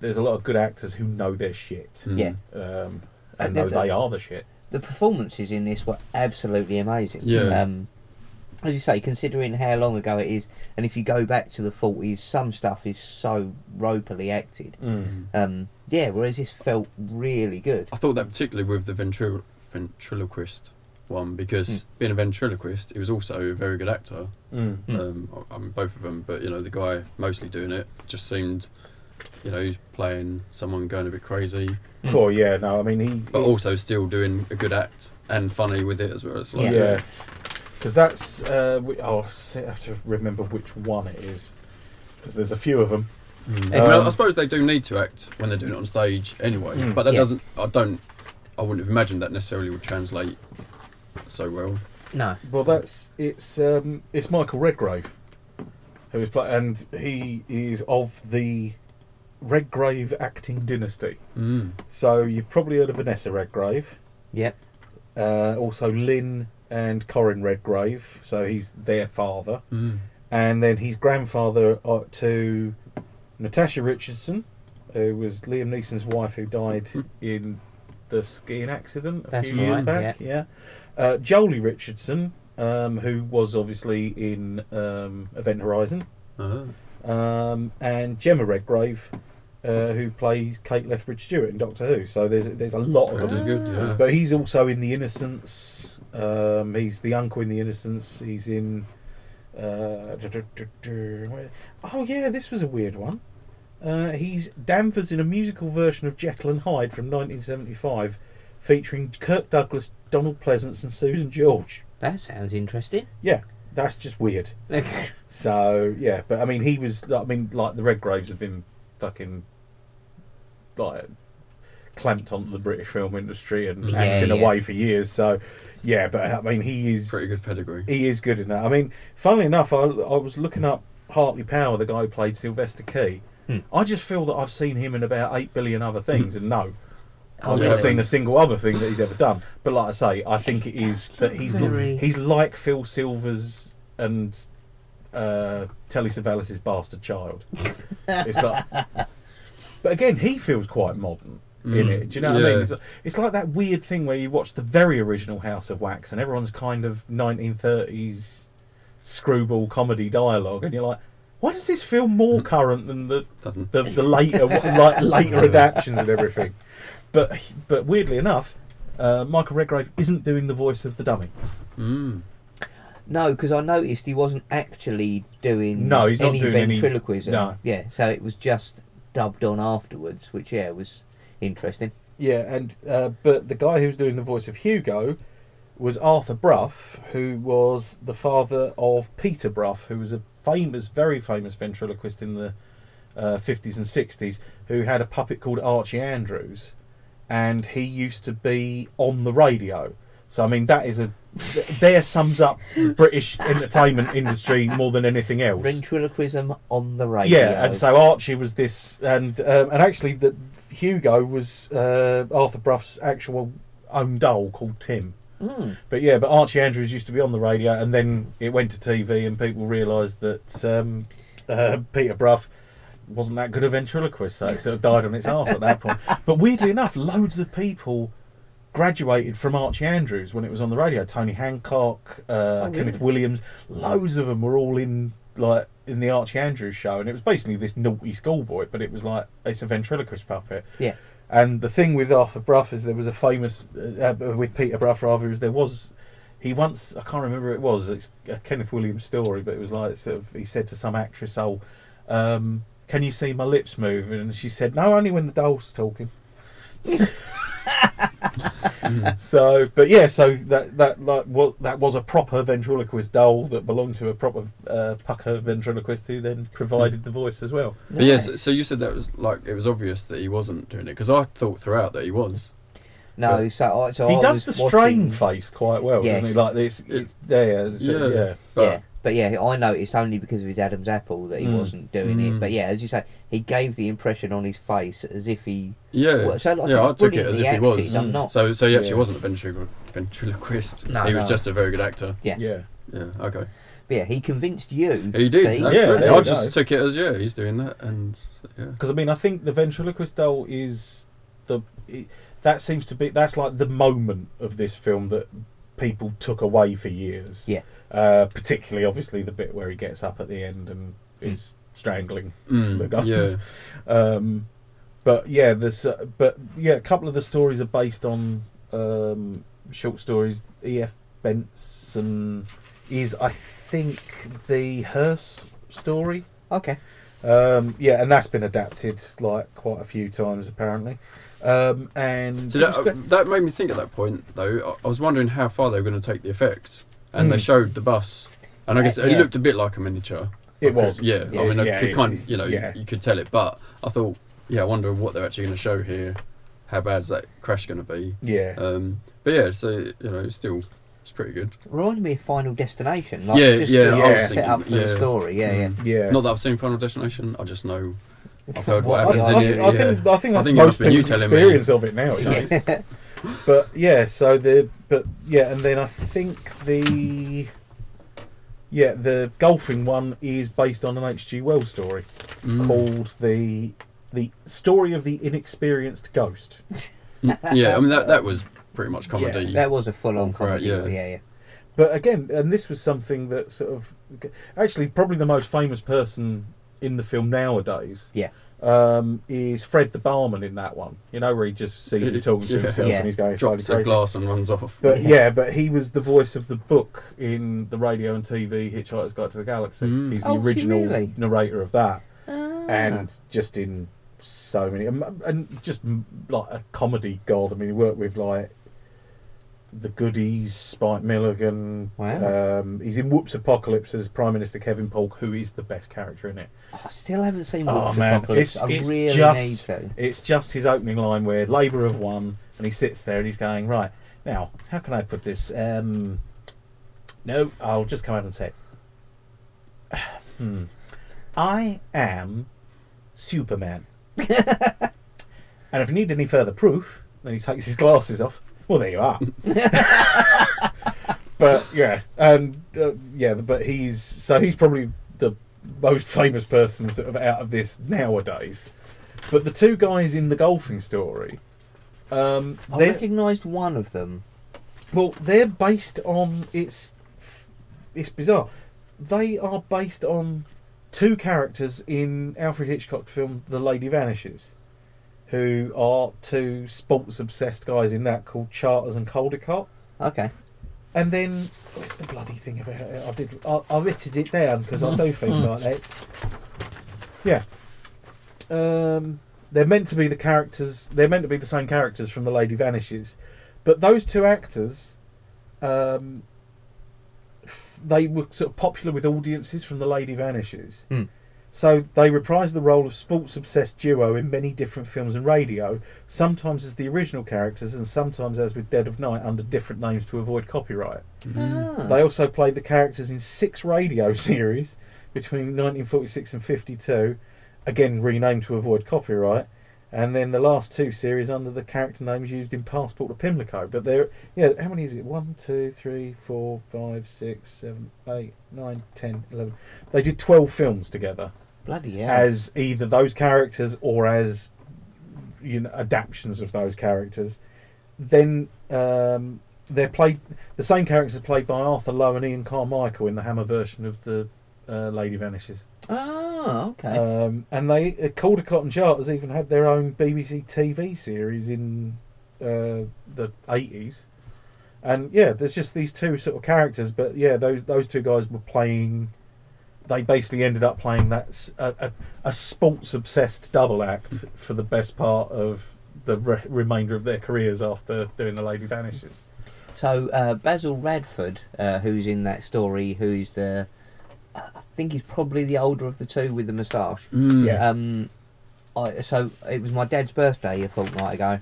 Speaker 1: there's a lot of good actors who know their shit
Speaker 3: Mm.
Speaker 2: Yeah.
Speaker 1: um,
Speaker 2: Uh,
Speaker 1: and know
Speaker 2: the- the-
Speaker 1: they are the shit.
Speaker 2: the performances in this were absolutely amazing.
Speaker 3: Yeah.
Speaker 2: Um, as you say, considering how long ago it is, and if you go back to the forties, some stuff is so ropily acted.
Speaker 1: Mm.
Speaker 3: Mm.
Speaker 2: Um, yeah, whereas this felt really good.
Speaker 3: I thought that particularly with the ventrilo- ventriloquist one because
Speaker 2: Mm.
Speaker 3: being a ventriloquist, he was also a very good actor.
Speaker 1: Mm.
Speaker 2: Mm.
Speaker 3: Um, I, I mean, both of them, but you know, the guy mostly doing it just seemed, you know, he's playing someone going a bit crazy,
Speaker 1: Cool, Mm. yeah, no, I mean, he.
Speaker 3: but
Speaker 1: it's-
Speaker 3: also still doing a good act and funny with it as well. It's like,
Speaker 1: Yeah. Because that's. Uh, we, oh, I s- have to remember which one it is. Because there's a few of them.
Speaker 3: Mm.
Speaker 2: Um,
Speaker 3: well, I suppose they do need to act when they're doing it on stage anyway,
Speaker 1: Mm.
Speaker 3: but that
Speaker 2: Yeah.
Speaker 3: doesn't. I don't. I wouldn't have imagined that necessarily would translate so well.
Speaker 2: No.
Speaker 1: Well, that's. It's um, it's Michael Redgrave. Who is play- and he is of the Redgrave acting dynasty.
Speaker 3: Mm.
Speaker 1: So you've probably heard of Vanessa Redgrave,
Speaker 2: Yep.
Speaker 1: uh, also Lynn and Corin Redgrave. So he's their father.
Speaker 3: Mm.
Speaker 1: and then he's grandfather uh, to Natasha Richardson, who was Liam Neeson's wife who died
Speaker 3: Hmm.
Speaker 1: in the skiing accident a
Speaker 2: That's
Speaker 1: few years
Speaker 2: right,
Speaker 1: back. Yeah, Uh, Jolie Richardson, um, who was obviously in um, Event Horizon,
Speaker 3: Uh-huh.
Speaker 1: um, and Gemma Redgrave, uh, who plays Kate Lethbridge Stewart in Doctor Who. So there's there's a lot of
Speaker 3: Pretty
Speaker 1: them.
Speaker 3: good, yeah.
Speaker 1: But he's also in The Innocents. Um, he's the uncle in The Innocents. He's in. Uh, duh, duh, duh, duh, where- oh yeah, this was a weird one. Uh, he's Danvers in a musical version of Jekyll and Hyde from 1975, featuring Kirk Douglas, Donald Pleasance, and Susan George.
Speaker 2: That sounds interesting. [laughs]
Speaker 1: That's just weird.
Speaker 2: yeah.
Speaker 1: So yeah, but I mean, he was. I mean, like the Redgraves have been fucking like clamped onto the British film industry and
Speaker 3: Yeah,
Speaker 1: acting
Speaker 2: yeah.
Speaker 1: away for years. So yeah, but I mean, he is
Speaker 3: Pretty good pedigree.
Speaker 1: he is good in that. I mean, funnily enough, I, I was looking up Hartley Power, the guy who played Sylvester Key.
Speaker 2: Hmm.
Speaker 1: I just feel that I've seen him in about eight billion other things, and no, I've
Speaker 3: Oh,
Speaker 1: not
Speaker 3: yeah.
Speaker 1: seen a single other thing that he's ever done. But like I say, I think it is that he's
Speaker 2: very-
Speaker 1: he's like Phil Silvers and uh, Telly Savalas' bastard child. it's like, but again, he feels quite modern in
Speaker 3: Mm.
Speaker 1: it. Do you know what I
Speaker 3: Yeah.
Speaker 1: mean? It's, it's like that weird thing where you watch the very original House of Wax, and everyone's kind of 1930s screwball comedy dialogue, and you're like. Why does this feel more
Speaker 3: Mm.
Speaker 1: current than the
Speaker 3: Doesn't-
Speaker 1: the, the later
Speaker 3: [laughs]
Speaker 1: like later adaptions and everything. But but weirdly enough, uh, Michael Redgrave isn't doing the voice of the dummy.
Speaker 3: Mm.
Speaker 2: No, because I noticed he wasn't actually doing
Speaker 1: No, he's not
Speaker 2: any
Speaker 1: doing any-
Speaker 2: ventriloquism.
Speaker 1: no.
Speaker 2: Yeah, so it was just dubbed on afterwards, which yeah was interesting.
Speaker 1: Yeah, and uh, but the guy who's doing the voice of Hugo was Arthur Bruff, who was the father of Peter Bruff, who was a famous, very famous ventriloquist in the uh, 50s and 60s, who had a puppet called Archie Andrews, and he used to be on the radio. So I mean, that is a th- there sums up the British entertainment industry more than anything else.
Speaker 2: Ventriloquism on the radio.
Speaker 1: Yeah, and so Archie was this, and um, and actually, the Hugo was uh, Arthur Bruff's actual own doll called Tim.
Speaker 2: Mm.
Speaker 1: But yeah, but Archie Andrews used to be on the radio, and then it went to TV, and people realised that um, uh, Peter Bruff wasn't that good a ventriloquist, so it sort of died on its arse at that point. But weirdly enough, loads of people graduated from Archie Andrews when it was on the radio. Tony Hancock, uh,
Speaker 2: really?
Speaker 1: Kenneth Williams, loads of them were all in like in the Archie Andrews show, and it was basically this naughty schoolboy, but it was like it's a ventriloquist puppet.
Speaker 2: Yeah.
Speaker 1: And the thing with Arthur Bruff is there was a famous uh, uh, with Peter Bruff rather is there was he once I can't remember who it was it's a Kenneth Williams story, but it was like sort of he said to some actress, "Oh, um, can you see my lips move?" And she said, "No, only when the doll's talking."
Speaker 3: Mm.
Speaker 1: So, but yeah, so that that like what that was a proper ventriloquist doll that belonged to a proper uh, pucker ventriloquist who then provided the voice as well.
Speaker 3: But yes,
Speaker 2: Nice.
Speaker 3: so you said that was like it was obvious that he wasn't doing it because I thought throughout that he was. uh,
Speaker 2: No, so I, so
Speaker 1: he
Speaker 2: I
Speaker 1: does the
Speaker 2: was
Speaker 1: strain
Speaker 2: watching-
Speaker 1: face quite well, doesn't he?
Speaker 2: Yes.
Speaker 1: Like this, it's there, yeah, so,
Speaker 3: Yeah.
Speaker 1: yeah.
Speaker 3: But
Speaker 2: yeah, but yeah, I noticed only because of his Adam's apple that he
Speaker 1: Mm.
Speaker 2: wasn't doing it.
Speaker 3: Mm.
Speaker 2: But yeah, as you say, he gave the impression on his face as if he.
Speaker 3: yeah,
Speaker 2: Well, so like
Speaker 3: yeah,
Speaker 2: he
Speaker 3: I took it as if he
Speaker 2: brilliantly
Speaker 3: was. Hmm.
Speaker 2: acted, I'm not.
Speaker 3: So, so he actually
Speaker 1: Yeah.
Speaker 3: wasn't a ventrilo- ventriloquist.
Speaker 2: No,
Speaker 3: he was
Speaker 1: no.
Speaker 3: just a very good actor.
Speaker 2: Yeah.
Speaker 1: yeah.
Speaker 3: Yeah. Okay.
Speaker 2: But yeah, he convinced you.
Speaker 3: He did.
Speaker 2: see?
Speaker 1: Yeah,
Speaker 3: Absolutely.
Speaker 1: there
Speaker 3: I
Speaker 1: you
Speaker 3: just
Speaker 1: go.
Speaker 3: took it as yeah, he's doing that, and yeah,
Speaker 1: Because I mean, I think the ventriloquist doll is the it, that seems to be that's like the moment of this film that people took away for years.
Speaker 2: Yeah.
Speaker 1: Uh, particularly, obviously, the bit where he gets up at the end and
Speaker 2: Hmm.
Speaker 1: is strangling
Speaker 3: Mm,
Speaker 1: the guy.
Speaker 3: yeah,
Speaker 1: Um, but yeah, this. Uh, but yeah, a couple of the stories are based on um, short stories. E.F. Benson is, I think, the Hearse story.
Speaker 2: Okay.
Speaker 1: Um, yeah, and that's been adapted like quite a few times apparently. Um, and
Speaker 3: So that, that made me think at that point, though. I I was wondering how far they were going to take the effect, and they
Speaker 1: Mm.
Speaker 3: showed the bus, and I guess
Speaker 2: Uh,
Speaker 3: it
Speaker 2: yeah.
Speaker 3: looked a bit like a miniature. I
Speaker 1: it
Speaker 3: could-
Speaker 1: was
Speaker 3: yeah.
Speaker 2: Yeah,
Speaker 3: I mean,
Speaker 1: yeah,
Speaker 3: I could
Speaker 1: it's-
Speaker 3: kind, of- you know,
Speaker 1: yeah.
Speaker 3: you could tell it, but I thought, yeah, I wonder what they're actually going to show here. How bad is that crash going to be?
Speaker 1: yeah.
Speaker 3: Um, but yeah, so you know, it's still it's pretty good.
Speaker 2: Reminded me of Final Destination. Like,
Speaker 3: Yeah,
Speaker 2: just the
Speaker 3: yeah,
Speaker 1: I was
Speaker 2: set
Speaker 3: thinking,
Speaker 2: up for
Speaker 3: yeah.
Speaker 2: the story. Yeah, yeah.
Speaker 3: Mm.
Speaker 1: yeah.
Speaker 3: Not that I've seen Final Destination. I just know Mm. I've heard
Speaker 1: I,
Speaker 3: what
Speaker 1: I,
Speaker 3: happens in
Speaker 1: I,
Speaker 3: it.
Speaker 1: think, I
Speaker 3: yeah.
Speaker 1: think I think
Speaker 3: I
Speaker 1: that's
Speaker 3: think it
Speaker 1: most
Speaker 3: must be you
Speaker 1: people's
Speaker 3: telling me.
Speaker 1: experience of it
Speaker 2: [laughs]
Speaker 1: now.
Speaker 3: Yeah.
Speaker 1: Yeah. But yeah, so the but yeah, and then I think the yeah the golfing one is based on an H.G. Wells story
Speaker 3: Mm.
Speaker 1: called the the story of the inexperienced ghost.
Speaker 3: Mm, yeah, I mean that that was pretty much comedy.
Speaker 2: That was a full-on
Speaker 3: Right,
Speaker 2: comedy.
Speaker 3: yeah.
Speaker 2: Yeah, yeah.
Speaker 1: But again, and this was something that sort of actually probably the most famous person in the film nowadays.
Speaker 2: Yeah.
Speaker 1: Um, is Fred the barman in that one? You know where he just sees him talking to
Speaker 3: [laughs] Yeah.
Speaker 1: himself
Speaker 2: Yeah.
Speaker 1: and he's going slightly
Speaker 3: drops a
Speaker 1: crazy.
Speaker 3: glass and runs off.
Speaker 1: But
Speaker 2: Yeah.
Speaker 1: yeah. but he was the voice of the book in the radio and TV Hitchhiker's Guide to the Galaxy.
Speaker 3: Mm.
Speaker 1: He's the
Speaker 2: Oh, did you
Speaker 1: original
Speaker 2: really?
Speaker 1: narrator of that,
Speaker 2: Ah.
Speaker 1: and just in so many, and and just m- like a comedy god. I mean, he worked with like the Goodies, Spike Milligan.
Speaker 2: Wow.
Speaker 1: Um, he's in Whoops Apocalypse as Prime Minister Kevin Polk, who is the best character in it.
Speaker 2: I still haven't seen
Speaker 1: Oh,
Speaker 2: Witch
Speaker 1: man,
Speaker 2: Apocalypse.
Speaker 1: it's-
Speaker 2: I
Speaker 1: it's
Speaker 2: really
Speaker 1: just-
Speaker 2: need to.
Speaker 1: It's just his opening line where Labour have won, and he sits there and he's going, Right, now, how can I put this? Um, no, I'll just come out and say, it." [sighs] hmm. I am Superman. and if you need any further proof, then he takes his glasses off. Well, there you are. but yeah, and uh, yeah, but he's so he's probably the most famous person sort of out of this nowadays. But the two guys in the golfing story, um,
Speaker 2: I
Speaker 1: they're-
Speaker 2: recognised one of them.
Speaker 1: well, they're based on it's it's bizarre. They are based on two characters in Alfred Hitchcock's film The Lady Vanishes, who are two sports obsessed guys in that called Charters and Caldecott.
Speaker 2: Okay.
Speaker 1: And then what's the bloody thing about it? I did I, I written it down because I do things like that. It's- yeah. Um, they're meant to be the characters. They're meant to be the same characters from The Lady Vanishes, but those two actors, um, they were sort of popular with audiences from The Lady Vanishes.
Speaker 2: Hmm.
Speaker 1: So they reprised the role of sports-obsessed duo in many different films and radio, sometimes as the original characters and sometimes as with Dead of Night under different names to avoid copyright.
Speaker 3: Mm.
Speaker 2: Ah.
Speaker 1: They also played the characters in six radio [laughs] series between 1946 and 52, again renamed to avoid copyright, and then the last two series under the character names used in Passport to Pimlico. But there, yeah, how many is it? One, two, three, four, five, six, seven, eight, nine, ten, eleven. They did 12 films together
Speaker 2: Bloody hell.
Speaker 1: as either those characters or as you know adaptions of those characters. Then um, they're played the same characters are played by Arthur Lowe and Ian Carmichael in the Hammer version of the uh, Lady Vanishes.
Speaker 2: Ah, okay.
Speaker 1: Um, and they uh, Caldecott and Charters even had their own BBC TV series in uh, the eighties. And yeah, there's just these two sort of characters, but yeah, those those two guys were playing. They basically ended up playing that s- a, a, a sports obsessed double act for the best part of the re- remainder of their careers after doing the Lady Vanishes.
Speaker 2: So uh, Basil Radford, uh, who's in that story, who's the, uh, I think he's probably the older of the two with the moustache.
Speaker 3: Mm.
Speaker 1: Yeah.
Speaker 2: Um, I, so it was my dad's birthday a fortnight ago,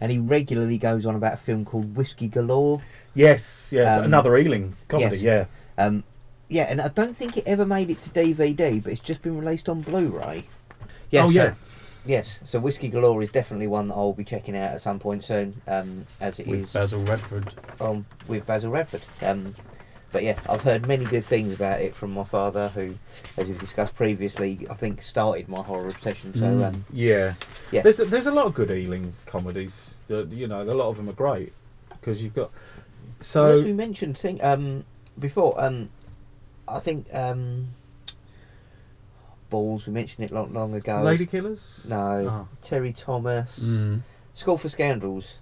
Speaker 2: and he regularly goes on about a film called Whiskey Galore.
Speaker 1: Yes, yes,
Speaker 2: Um,
Speaker 1: another Ealing comedy.
Speaker 2: yes.
Speaker 1: Yeah,
Speaker 2: Um, yeah, and I don't think it ever made it to DVD, but it's just been released on Blu-ray.
Speaker 1: Oh,
Speaker 2: so-
Speaker 1: yeah.
Speaker 2: yes. So Whiskey Galore is definitely one that I'll be checking out at some point soon, um, as it is
Speaker 3: With Basil Redford.
Speaker 2: um, with Basil Radford. Um, But yeah, I've heard many good things about it from my father, who, as we've discussed previously, I think started my horror obsession. So
Speaker 3: Mm.
Speaker 2: um,
Speaker 1: Yeah.
Speaker 2: Yeah.
Speaker 1: There's a, there's a lot of good Ealing comedies. That, you know, a lot of them are great because you've got.
Speaker 2: Well, as we
Speaker 1: So
Speaker 2: mentioned thing um before um i think um balls we mentioned it long long ago
Speaker 1: Lady Killers.
Speaker 2: no
Speaker 1: Oh.
Speaker 2: terry thomas
Speaker 3: Mm.
Speaker 2: school for scoundrels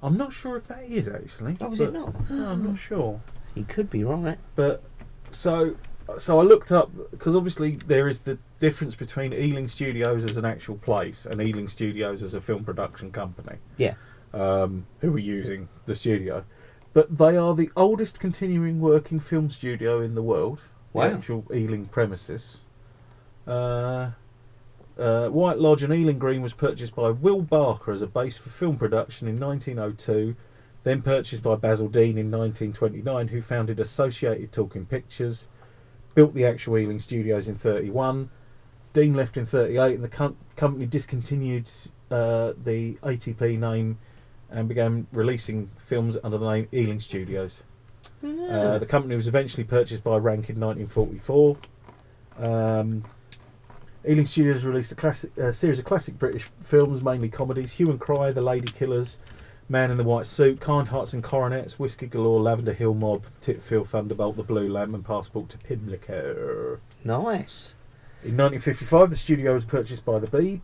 Speaker 1: I'm not sure if that is actually.
Speaker 2: oh was
Speaker 1: but-
Speaker 2: it not
Speaker 1: No, I'm not sure.
Speaker 2: you could be eh? right
Speaker 1: But so so I looked up because obviously there is the difference between Ealing Studios as an actual place and Ealing Studios as a film production company.
Speaker 2: Yeah.
Speaker 1: Um, who are using the studio, but they are the oldest continuing working film studio in the world.
Speaker 2: Wow.
Speaker 1: The actual Ealing premises. Uh, uh, White Lodge and Ealing Green was purchased by Will Barker as a base for film production in 1902, then purchased by Basil Dean in 1929, who founded Associated Talking Pictures, built the actual Ealing Studios in 31. Dean left in 38, and the com- company discontinued uh, the ATP name and began releasing films under the name Ealing Studios.
Speaker 2: Hmm.
Speaker 1: Uh, the company was eventually purchased by Rank in 1944. Um, Ealing Studios released a, classic, a series of classic British films, mainly comedies Hue and Cry, The Lady Killers, Man in the White Suit, Kind Hearts and Coronets, Whiskey Galore, Lavender Hill Mob, Titfield Thunderbolt, The Blue Lamb, and Passport to Pimlico.
Speaker 2: nice
Speaker 1: In 1955, the studio was purchased by the Beeb,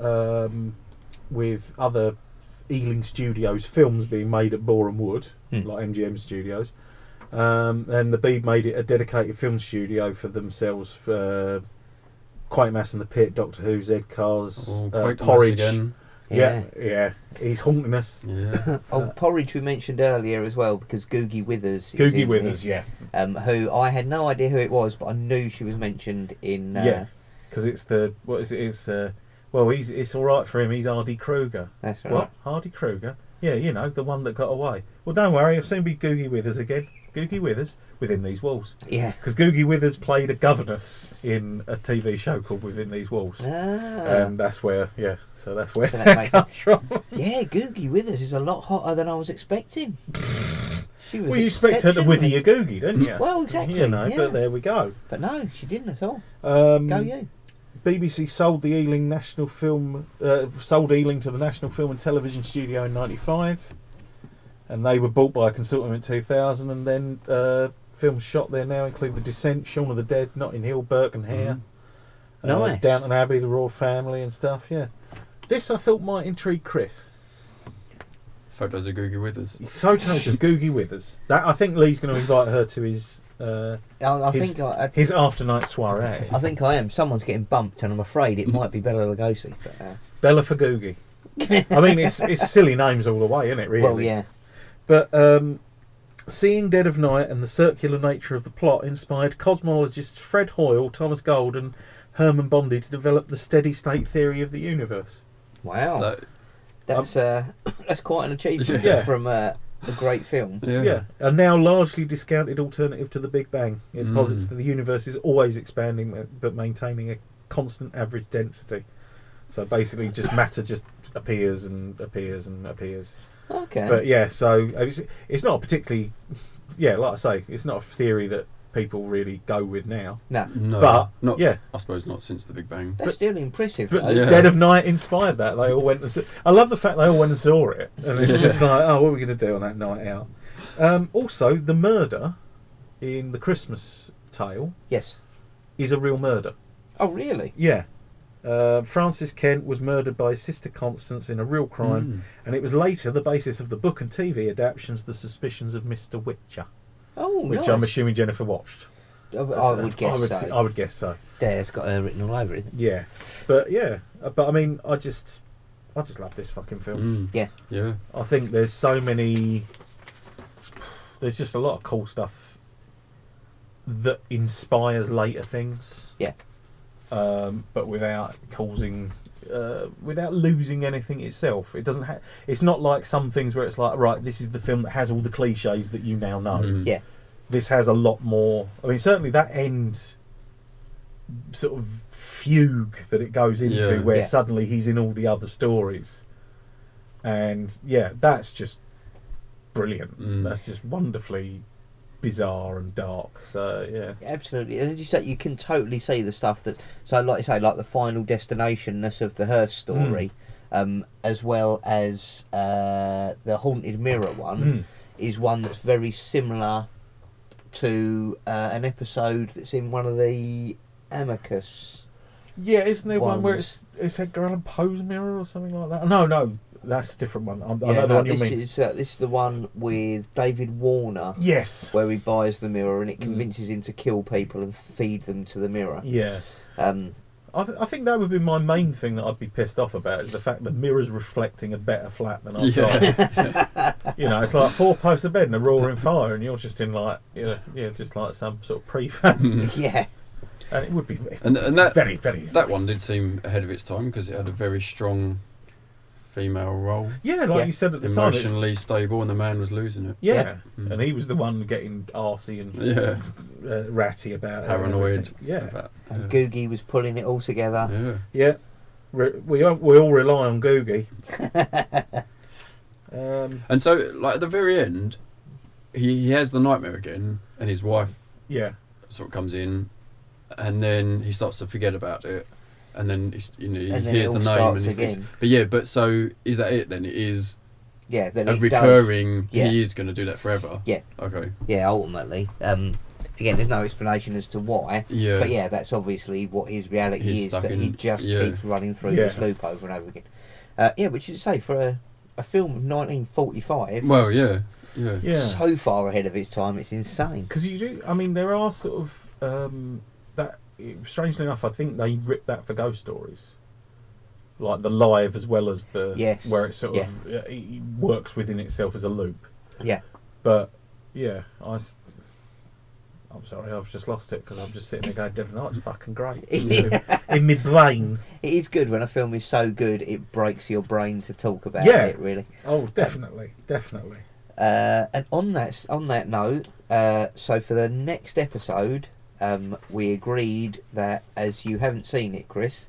Speaker 1: um, with other Ealing Studios films being made at Boreham Wood,
Speaker 2: Hmm.
Speaker 1: like MGM Studios. Um, and the Beeb made it a dedicated film studio for themselves uh, for Quatermass and the Pit, Doctor Who, Zed Cars,
Speaker 3: Oh,
Speaker 1: uh,
Speaker 3: quite nice
Speaker 1: Porridge.
Speaker 3: again.
Speaker 1: Yeah, yeah, he's haunting us.
Speaker 3: [laughs] Yeah.
Speaker 2: Oh,
Speaker 1: Uh,
Speaker 2: Porridge we mentioned earlier as well because Googie Withers. is
Speaker 1: Googie
Speaker 2: in
Speaker 1: Withers,
Speaker 2: this,
Speaker 1: yeah,
Speaker 2: Um, who I had no idea who it was, but I knew she was mentioned in. Uh,
Speaker 1: Yeah. because it's the what is it? It's uh, well, he's it's all right for him. He's Ardy Kruger.
Speaker 2: That's right.
Speaker 1: What? Hardy Kruger? Yeah, you know, the one that got away. Well, don't worry, I'll soon be Googie Withers again. Googie Withers within these walls.
Speaker 2: Yeah.
Speaker 1: Because Googie Withers played a governess in a TV show called Within These Walls.
Speaker 2: Ah.
Speaker 1: And that's where, yeah, so that's
Speaker 2: [laughs]
Speaker 1: where
Speaker 2: So
Speaker 1: [laughs]
Speaker 2: that
Speaker 1: that
Speaker 2: makes
Speaker 1: comes from.
Speaker 2: Yeah, Googie Withers is a lot hotter than I was
Speaker 1: [laughs]
Speaker 2: expecting. She was
Speaker 1: Well, you expect her to
Speaker 2: exceptional.
Speaker 1: wither your Googie, don't you?
Speaker 2: Well, exactly.
Speaker 1: You know,
Speaker 2: yeah.
Speaker 1: but there we go.
Speaker 2: But no, she didn't at all.
Speaker 1: Um,
Speaker 2: Go you.
Speaker 1: BBC sold the Ealing National Film, uh, sold Ealing to the National Film and Television Studio in '95, and they were bought by a consortium in 2000. And then uh, films shot there now include The Descent, Shaun of the Dead, Notting Hill, Burke and Hare, uh,
Speaker 2: Mm-hmm. Nice.
Speaker 1: Downton Abbey, The Royal Family, and stuff. Yeah, this I thought might intrigue Chris.
Speaker 3: Photos of Googie Withers.
Speaker 1: Photos of Googie Withers. That I think Lee's going to invite her to his uh,
Speaker 2: I, I
Speaker 1: His-
Speaker 2: think I,
Speaker 1: his after night soiree.
Speaker 2: I, I think I am. Someone's getting bumped, and I'm afraid
Speaker 1: Mm.
Speaker 2: it might be Bella Lugosi. But, uh,
Speaker 1: Bella for
Speaker 2: [laughs]
Speaker 1: Googie. I mean, it's it's silly names all the way, isn't it? Really.
Speaker 2: Well, yeah.
Speaker 1: But um, seeing Dead of Night and the circular nature of the plot inspired cosmologists Fred Hoyle, Thomas Gold, and Herman Bondi to develop the steady state theory of the universe.
Speaker 2: Wow.
Speaker 3: That-
Speaker 2: that's uh, [coughs] that's quite an achievement
Speaker 1: um, Yeah.
Speaker 2: from uh, a great film.
Speaker 3: yeah.
Speaker 1: Yeah, a now largely discounted alternative to the Big Bang. It
Speaker 3: Mm.
Speaker 1: posits that the universe is always expanding but maintaining a constant average density. So basically,
Speaker 3: [laughs]
Speaker 1: just matter just appears and appears and appears.
Speaker 2: Okay.
Speaker 1: But yeah, so uh, it's, it's not a particularly, [laughs] yeah, like I say, it's not a theory that people really go with now.
Speaker 2: no,
Speaker 3: No.
Speaker 1: But,
Speaker 3: not,
Speaker 1: yeah.
Speaker 3: I suppose not since the Big Bang.
Speaker 2: that's still impressive.
Speaker 1: But
Speaker 2: Though.
Speaker 3: Yeah.
Speaker 1: Dead of Night inspired that. They all went. And saw, I love the fact they all went and saw it, and it's just like, oh, what are we going to do on that night out? Um, also, the murder in the Christmas Tale
Speaker 2: Yes.
Speaker 1: is a real murder.
Speaker 2: Oh, really?
Speaker 1: Yeah, uh, Francis Kent was murdered by his sister Constance in a real crime,
Speaker 2: Hmm.
Speaker 1: and it was later the basis of the book and TV adaptations, The Suspicions of Mister Witcher,
Speaker 2: Oh,
Speaker 1: which
Speaker 2: nice.
Speaker 1: I'm assuming Jennifer watched.
Speaker 2: I, I would guess
Speaker 1: I would,
Speaker 2: so.
Speaker 1: I would guess so.
Speaker 2: There's got her written all over it.
Speaker 1: Yeah, but yeah, uh, but I mean, I just, I just love this fucking film.
Speaker 3: Mm.
Speaker 2: Yeah.
Speaker 3: Yeah.
Speaker 1: I think there's so many. There's just a lot of cool stuff that inspires later things.
Speaker 2: Yeah.
Speaker 1: Um, but without causing, uh, without losing anything itself, it doesn't. Ha- it's not like some things where it's like, right, this is the film that has all the cliches that you now know.
Speaker 3: Mm.
Speaker 2: Yeah.
Speaker 1: This has a lot more. I mean, certainly that end sort of fugue that it goes into,
Speaker 3: Yeah.
Speaker 1: where
Speaker 2: Yeah.
Speaker 1: suddenly he's in all the other stories and yeah, that's just brilliant.
Speaker 3: Mm.
Speaker 1: That's just wonderfully bizarre and dark. So yeah,
Speaker 2: Absolutely, and as you say, you can totally see the stuff that. So, like you say, like the final destinationness of the
Speaker 1: Hmm.
Speaker 2: Hearst story, um, as well as uh, the haunted mirror one,
Speaker 1: Mm.
Speaker 2: is one that's very similar to uh, an episode that's in one of the Amicus.
Speaker 1: yeah. Isn't there one where
Speaker 2: Ones.
Speaker 1: it's it's Edgar Allan Poe's mirror or something like that? No, no, that's a different one. I'm, I know
Speaker 2: Yeah,
Speaker 1: the
Speaker 2: no,
Speaker 1: one you
Speaker 2: this
Speaker 1: mean.
Speaker 2: is uh, this is the one with David Warner,
Speaker 1: Yes. Hmm.
Speaker 2: where he buys the mirror and it
Speaker 3: Mm.
Speaker 2: convinces him to kill people and feed them to the mirror.
Speaker 1: Yeah.
Speaker 2: Um,
Speaker 1: I, th- I think that would be my main thing that I'd be pissed off about is the fact that mirrors reflecting a better flat than I've
Speaker 3: Yeah.
Speaker 1: got. You know, it's like four posts of bed and a roaring fire, and you're just in like you know, yeah, just like some sort of prefab,
Speaker 3: Mm.
Speaker 2: yeah,
Speaker 1: [laughs] and it would be
Speaker 3: [laughs] and and that
Speaker 1: very, very,
Speaker 3: that one did seem ahead of its time because it had a very strong female role,
Speaker 1: yeah, like
Speaker 2: Yeah.
Speaker 1: you said at the time, it's,
Speaker 3: emotionally stable, and the man was losing it.
Speaker 1: yeah.
Speaker 2: Yeah.
Speaker 3: Mm.
Speaker 1: And he was the one getting arsy and
Speaker 3: yeah,
Speaker 1: uh, ratty about it. and
Speaker 3: Paranoid.
Speaker 1: everything. Yeah, uh,
Speaker 3: about-
Speaker 2: and
Speaker 3: yeah.
Speaker 2: Googie was pulling it all together.
Speaker 3: Yeah.
Speaker 1: yeah. Re- we all, we all rely on Googie. um,
Speaker 3: And so, like at the very end, he, he has the nightmare again, and his wife
Speaker 1: yeah,
Speaker 3: sort of comes in, and then he starts to forget about it, and then he's, you know he
Speaker 2: And then
Speaker 3: hears
Speaker 2: it
Speaker 3: the
Speaker 2: all
Speaker 3: name and
Speaker 2: starts
Speaker 3: he thinks,
Speaker 2: again.
Speaker 3: but yeah, but so is that it then? It is
Speaker 2: Yeah, then
Speaker 3: a
Speaker 2: it Does.
Speaker 3: recurring.
Speaker 2: Yeah.
Speaker 3: He is going to do that forever.
Speaker 2: Yeah.
Speaker 3: Okay.
Speaker 2: Yeah, ultimately. Um, again, there's no explanation as to why.
Speaker 3: Yeah.
Speaker 2: But yeah, that's obviously what his reality
Speaker 3: He's
Speaker 2: is
Speaker 3: stuck
Speaker 2: that he
Speaker 3: in-
Speaker 2: just
Speaker 3: yeah.
Speaker 2: keeps running through
Speaker 1: Yeah.
Speaker 2: this loop over and over again. Uh, yeah, which is say for a, a film of 1945.
Speaker 3: Well,
Speaker 2: it's
Speaker 3: yeah, yeah,
Speaker 1: yeah.
Speaker 2: So far ahead of its time, it's insane.
Speaker 1: Because you do. I mean, there are sort of um, that. Strangely enough, I think they ripped that for ghost stories, like the live as well as the
Speaker 2: Yes,
Speaker 1: where it sort of uh, it works within itself as a loop.
Speaker 2: Yeah.
Speaker 1: But yeah, I. am sorry, I've just lost it because I'm just sitting there going, "Devon, oh, it's fucking
Speaker 2: [laughs]
Speaker 1: great." You know, in my brain.
Speaker 2: It is good when a film is so good it breaks your brain to talk about
Speaker 1: Yeah.
Speaker 2: it. Really.
Speaker 1: Oh, definitely, definitely.
Speaker 2: Uh, and on that on that note, uh, so for the next episode, um, we agreed that as you haven't seen it, Chris,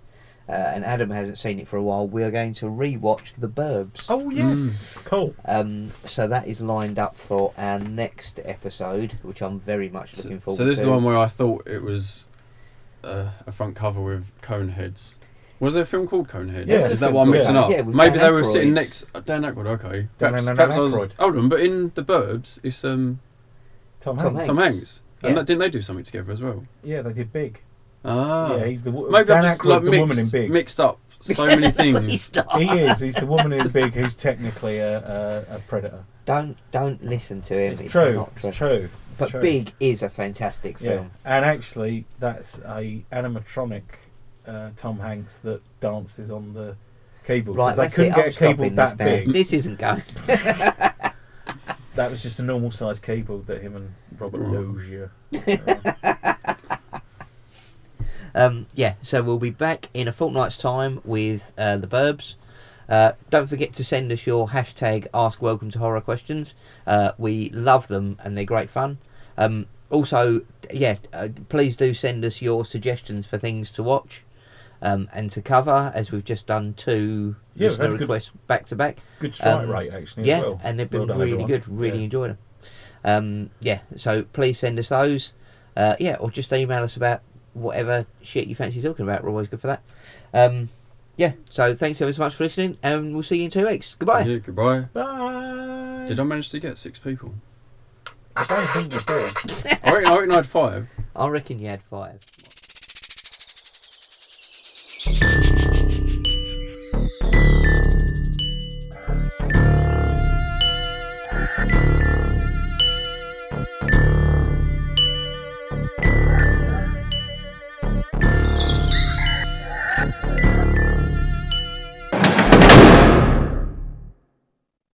Speaker 2: uh, and Adam hasn't seen it for a while, we are going to rewatch The Burbs.
Speaker 1: Oh yes, cool.
Speaker 2: Um, so that is lined up for our next episode, which I'm very much
Speaker 3: So,
Speaker 2: looking forward
Speaker 3: so this
Speaker 2: to.
Speaker 3: is the one where I thought it was uh, a front cover with cone heads. Was there a film called Coneheads?
Speaker 1: Yeah, there's
Speaker 3: is
Speaker 1: a
Speaker 3: that
Speaker 1: film
Speaker 3: what I'm
Speaker 1: called-
Speaker 3: mixing
Speaker 1: yeah.
Speaker 3: up?
Speaker 2: Yeah, with
Speaker 3: Maybe
Speaker 2: Dan
Speaker 3: they were
Speaker 2: Aykroyd.
Speaker 3: sitting next. oh, Dan Aykroyd, okay. Perhaps,
Speaker 1: Dan
Speaker 3: perhaps I was.
Speaker 1: Aykroyd.
Speaker 3: Hold on, but in The Burbs, it's um,
Speaker 1: Tom Hanks.
Speaker 2: Tom Hanks.
Speaker 3: Tom Hanks.
Speaker 2: Yeah.
Speaker 3: And that, didn't they do something together as well?
Speaker 1: Yeah, they did Big.
Speaker 3: Ah.
Speaker 1: Yeah, he's the wo-
Speaker 3: Maybe
Speaker 1: Dan
Speaker 3: I've just
Speaker 1: Aykroyd's
Speaker 3: like,
Speaker 1: the
Speaker 3: mixed,
Speaker 1: woman in Big. [laughs]
Speaker 3: mixed up so many
Speaker 2: Please
Speaker 3: things.
Speaker 2: stop.
Speaker 1: he is. He's the woman in Big who's technically a, a, a predator.
Speaker 2: Don't don't listen to him.
Speaker 1: It's, true.
Speaker 2: not
Speaker 1: It's true. It's
Speaker 2: But
Speaker 1: true.
Speaker 2: Big is a fantastic
Speaker 1: Yeah.
Speaker 2: film.
Speaker 1: And actually, that's a animatronic uh, Tom Hanks that dances on the cable
Speaker 2: Right,
Speaker 1: because they
Speaker 2: that's
Speaker 1: couldn't
Speaker 2: it.
Speaker 1: get
Speaker 2: I'm
Speaker 1: a cable
Speaker 2: stopping
Speaker 1: that
Speaker 2: this now.
Speaker 1: big.
Speaker 2: This isn't going.
Speaker 1: That was just a normal size cable that him and Robert
Speaker 3: Right.
Speaker 1: Loggia.
Speaker 2: Um, yeah, so we'll be back in a fortnight's time with uh, the Burbs. Uh, don't forget to send us your hashtag Ask Welcome to Horror questions. Uh, we love them and they're great fun. Um, also, yeah, uh, please do send us your suggestions for things to watch um, and to cover, as we've just done two
Speaker 1: Yeah, we've
Speaker 2: listener
Speaker 1: had a good-
Speaker 2: requests back to back.
Speaker 1: Good strike
Speaker 2: Um,
Speaker 1: rate, actually.
Speaker 2: Yeah,
Speaker 1: as well.
Speaker 2: and they've
Speaker 1: Well
Speaker 2: been
Speaker 1: done,
Speaker 2: really
Speaker 1: everyone.
Speaker 2: good. Really
Speaker 1: Yeah.
Speaker 2: enjoyed them. Um, yeah, so please send us those. Uh, yeah, or just email us about whatever shit you fancy talking about. We're always good for that. Um, yeah, so thanks ever so much for listening, and we'll see you in two weeks. Goodbye.
Speaker 3: Yeah, goodbye.
Speaker 1: Bye.
Speaker 3: Did I manage to get six people?
Speaker 1: I don't think you did.
Speaker 3: I reckon, I reckon I had five.
Speaker 2: I reckon you had five.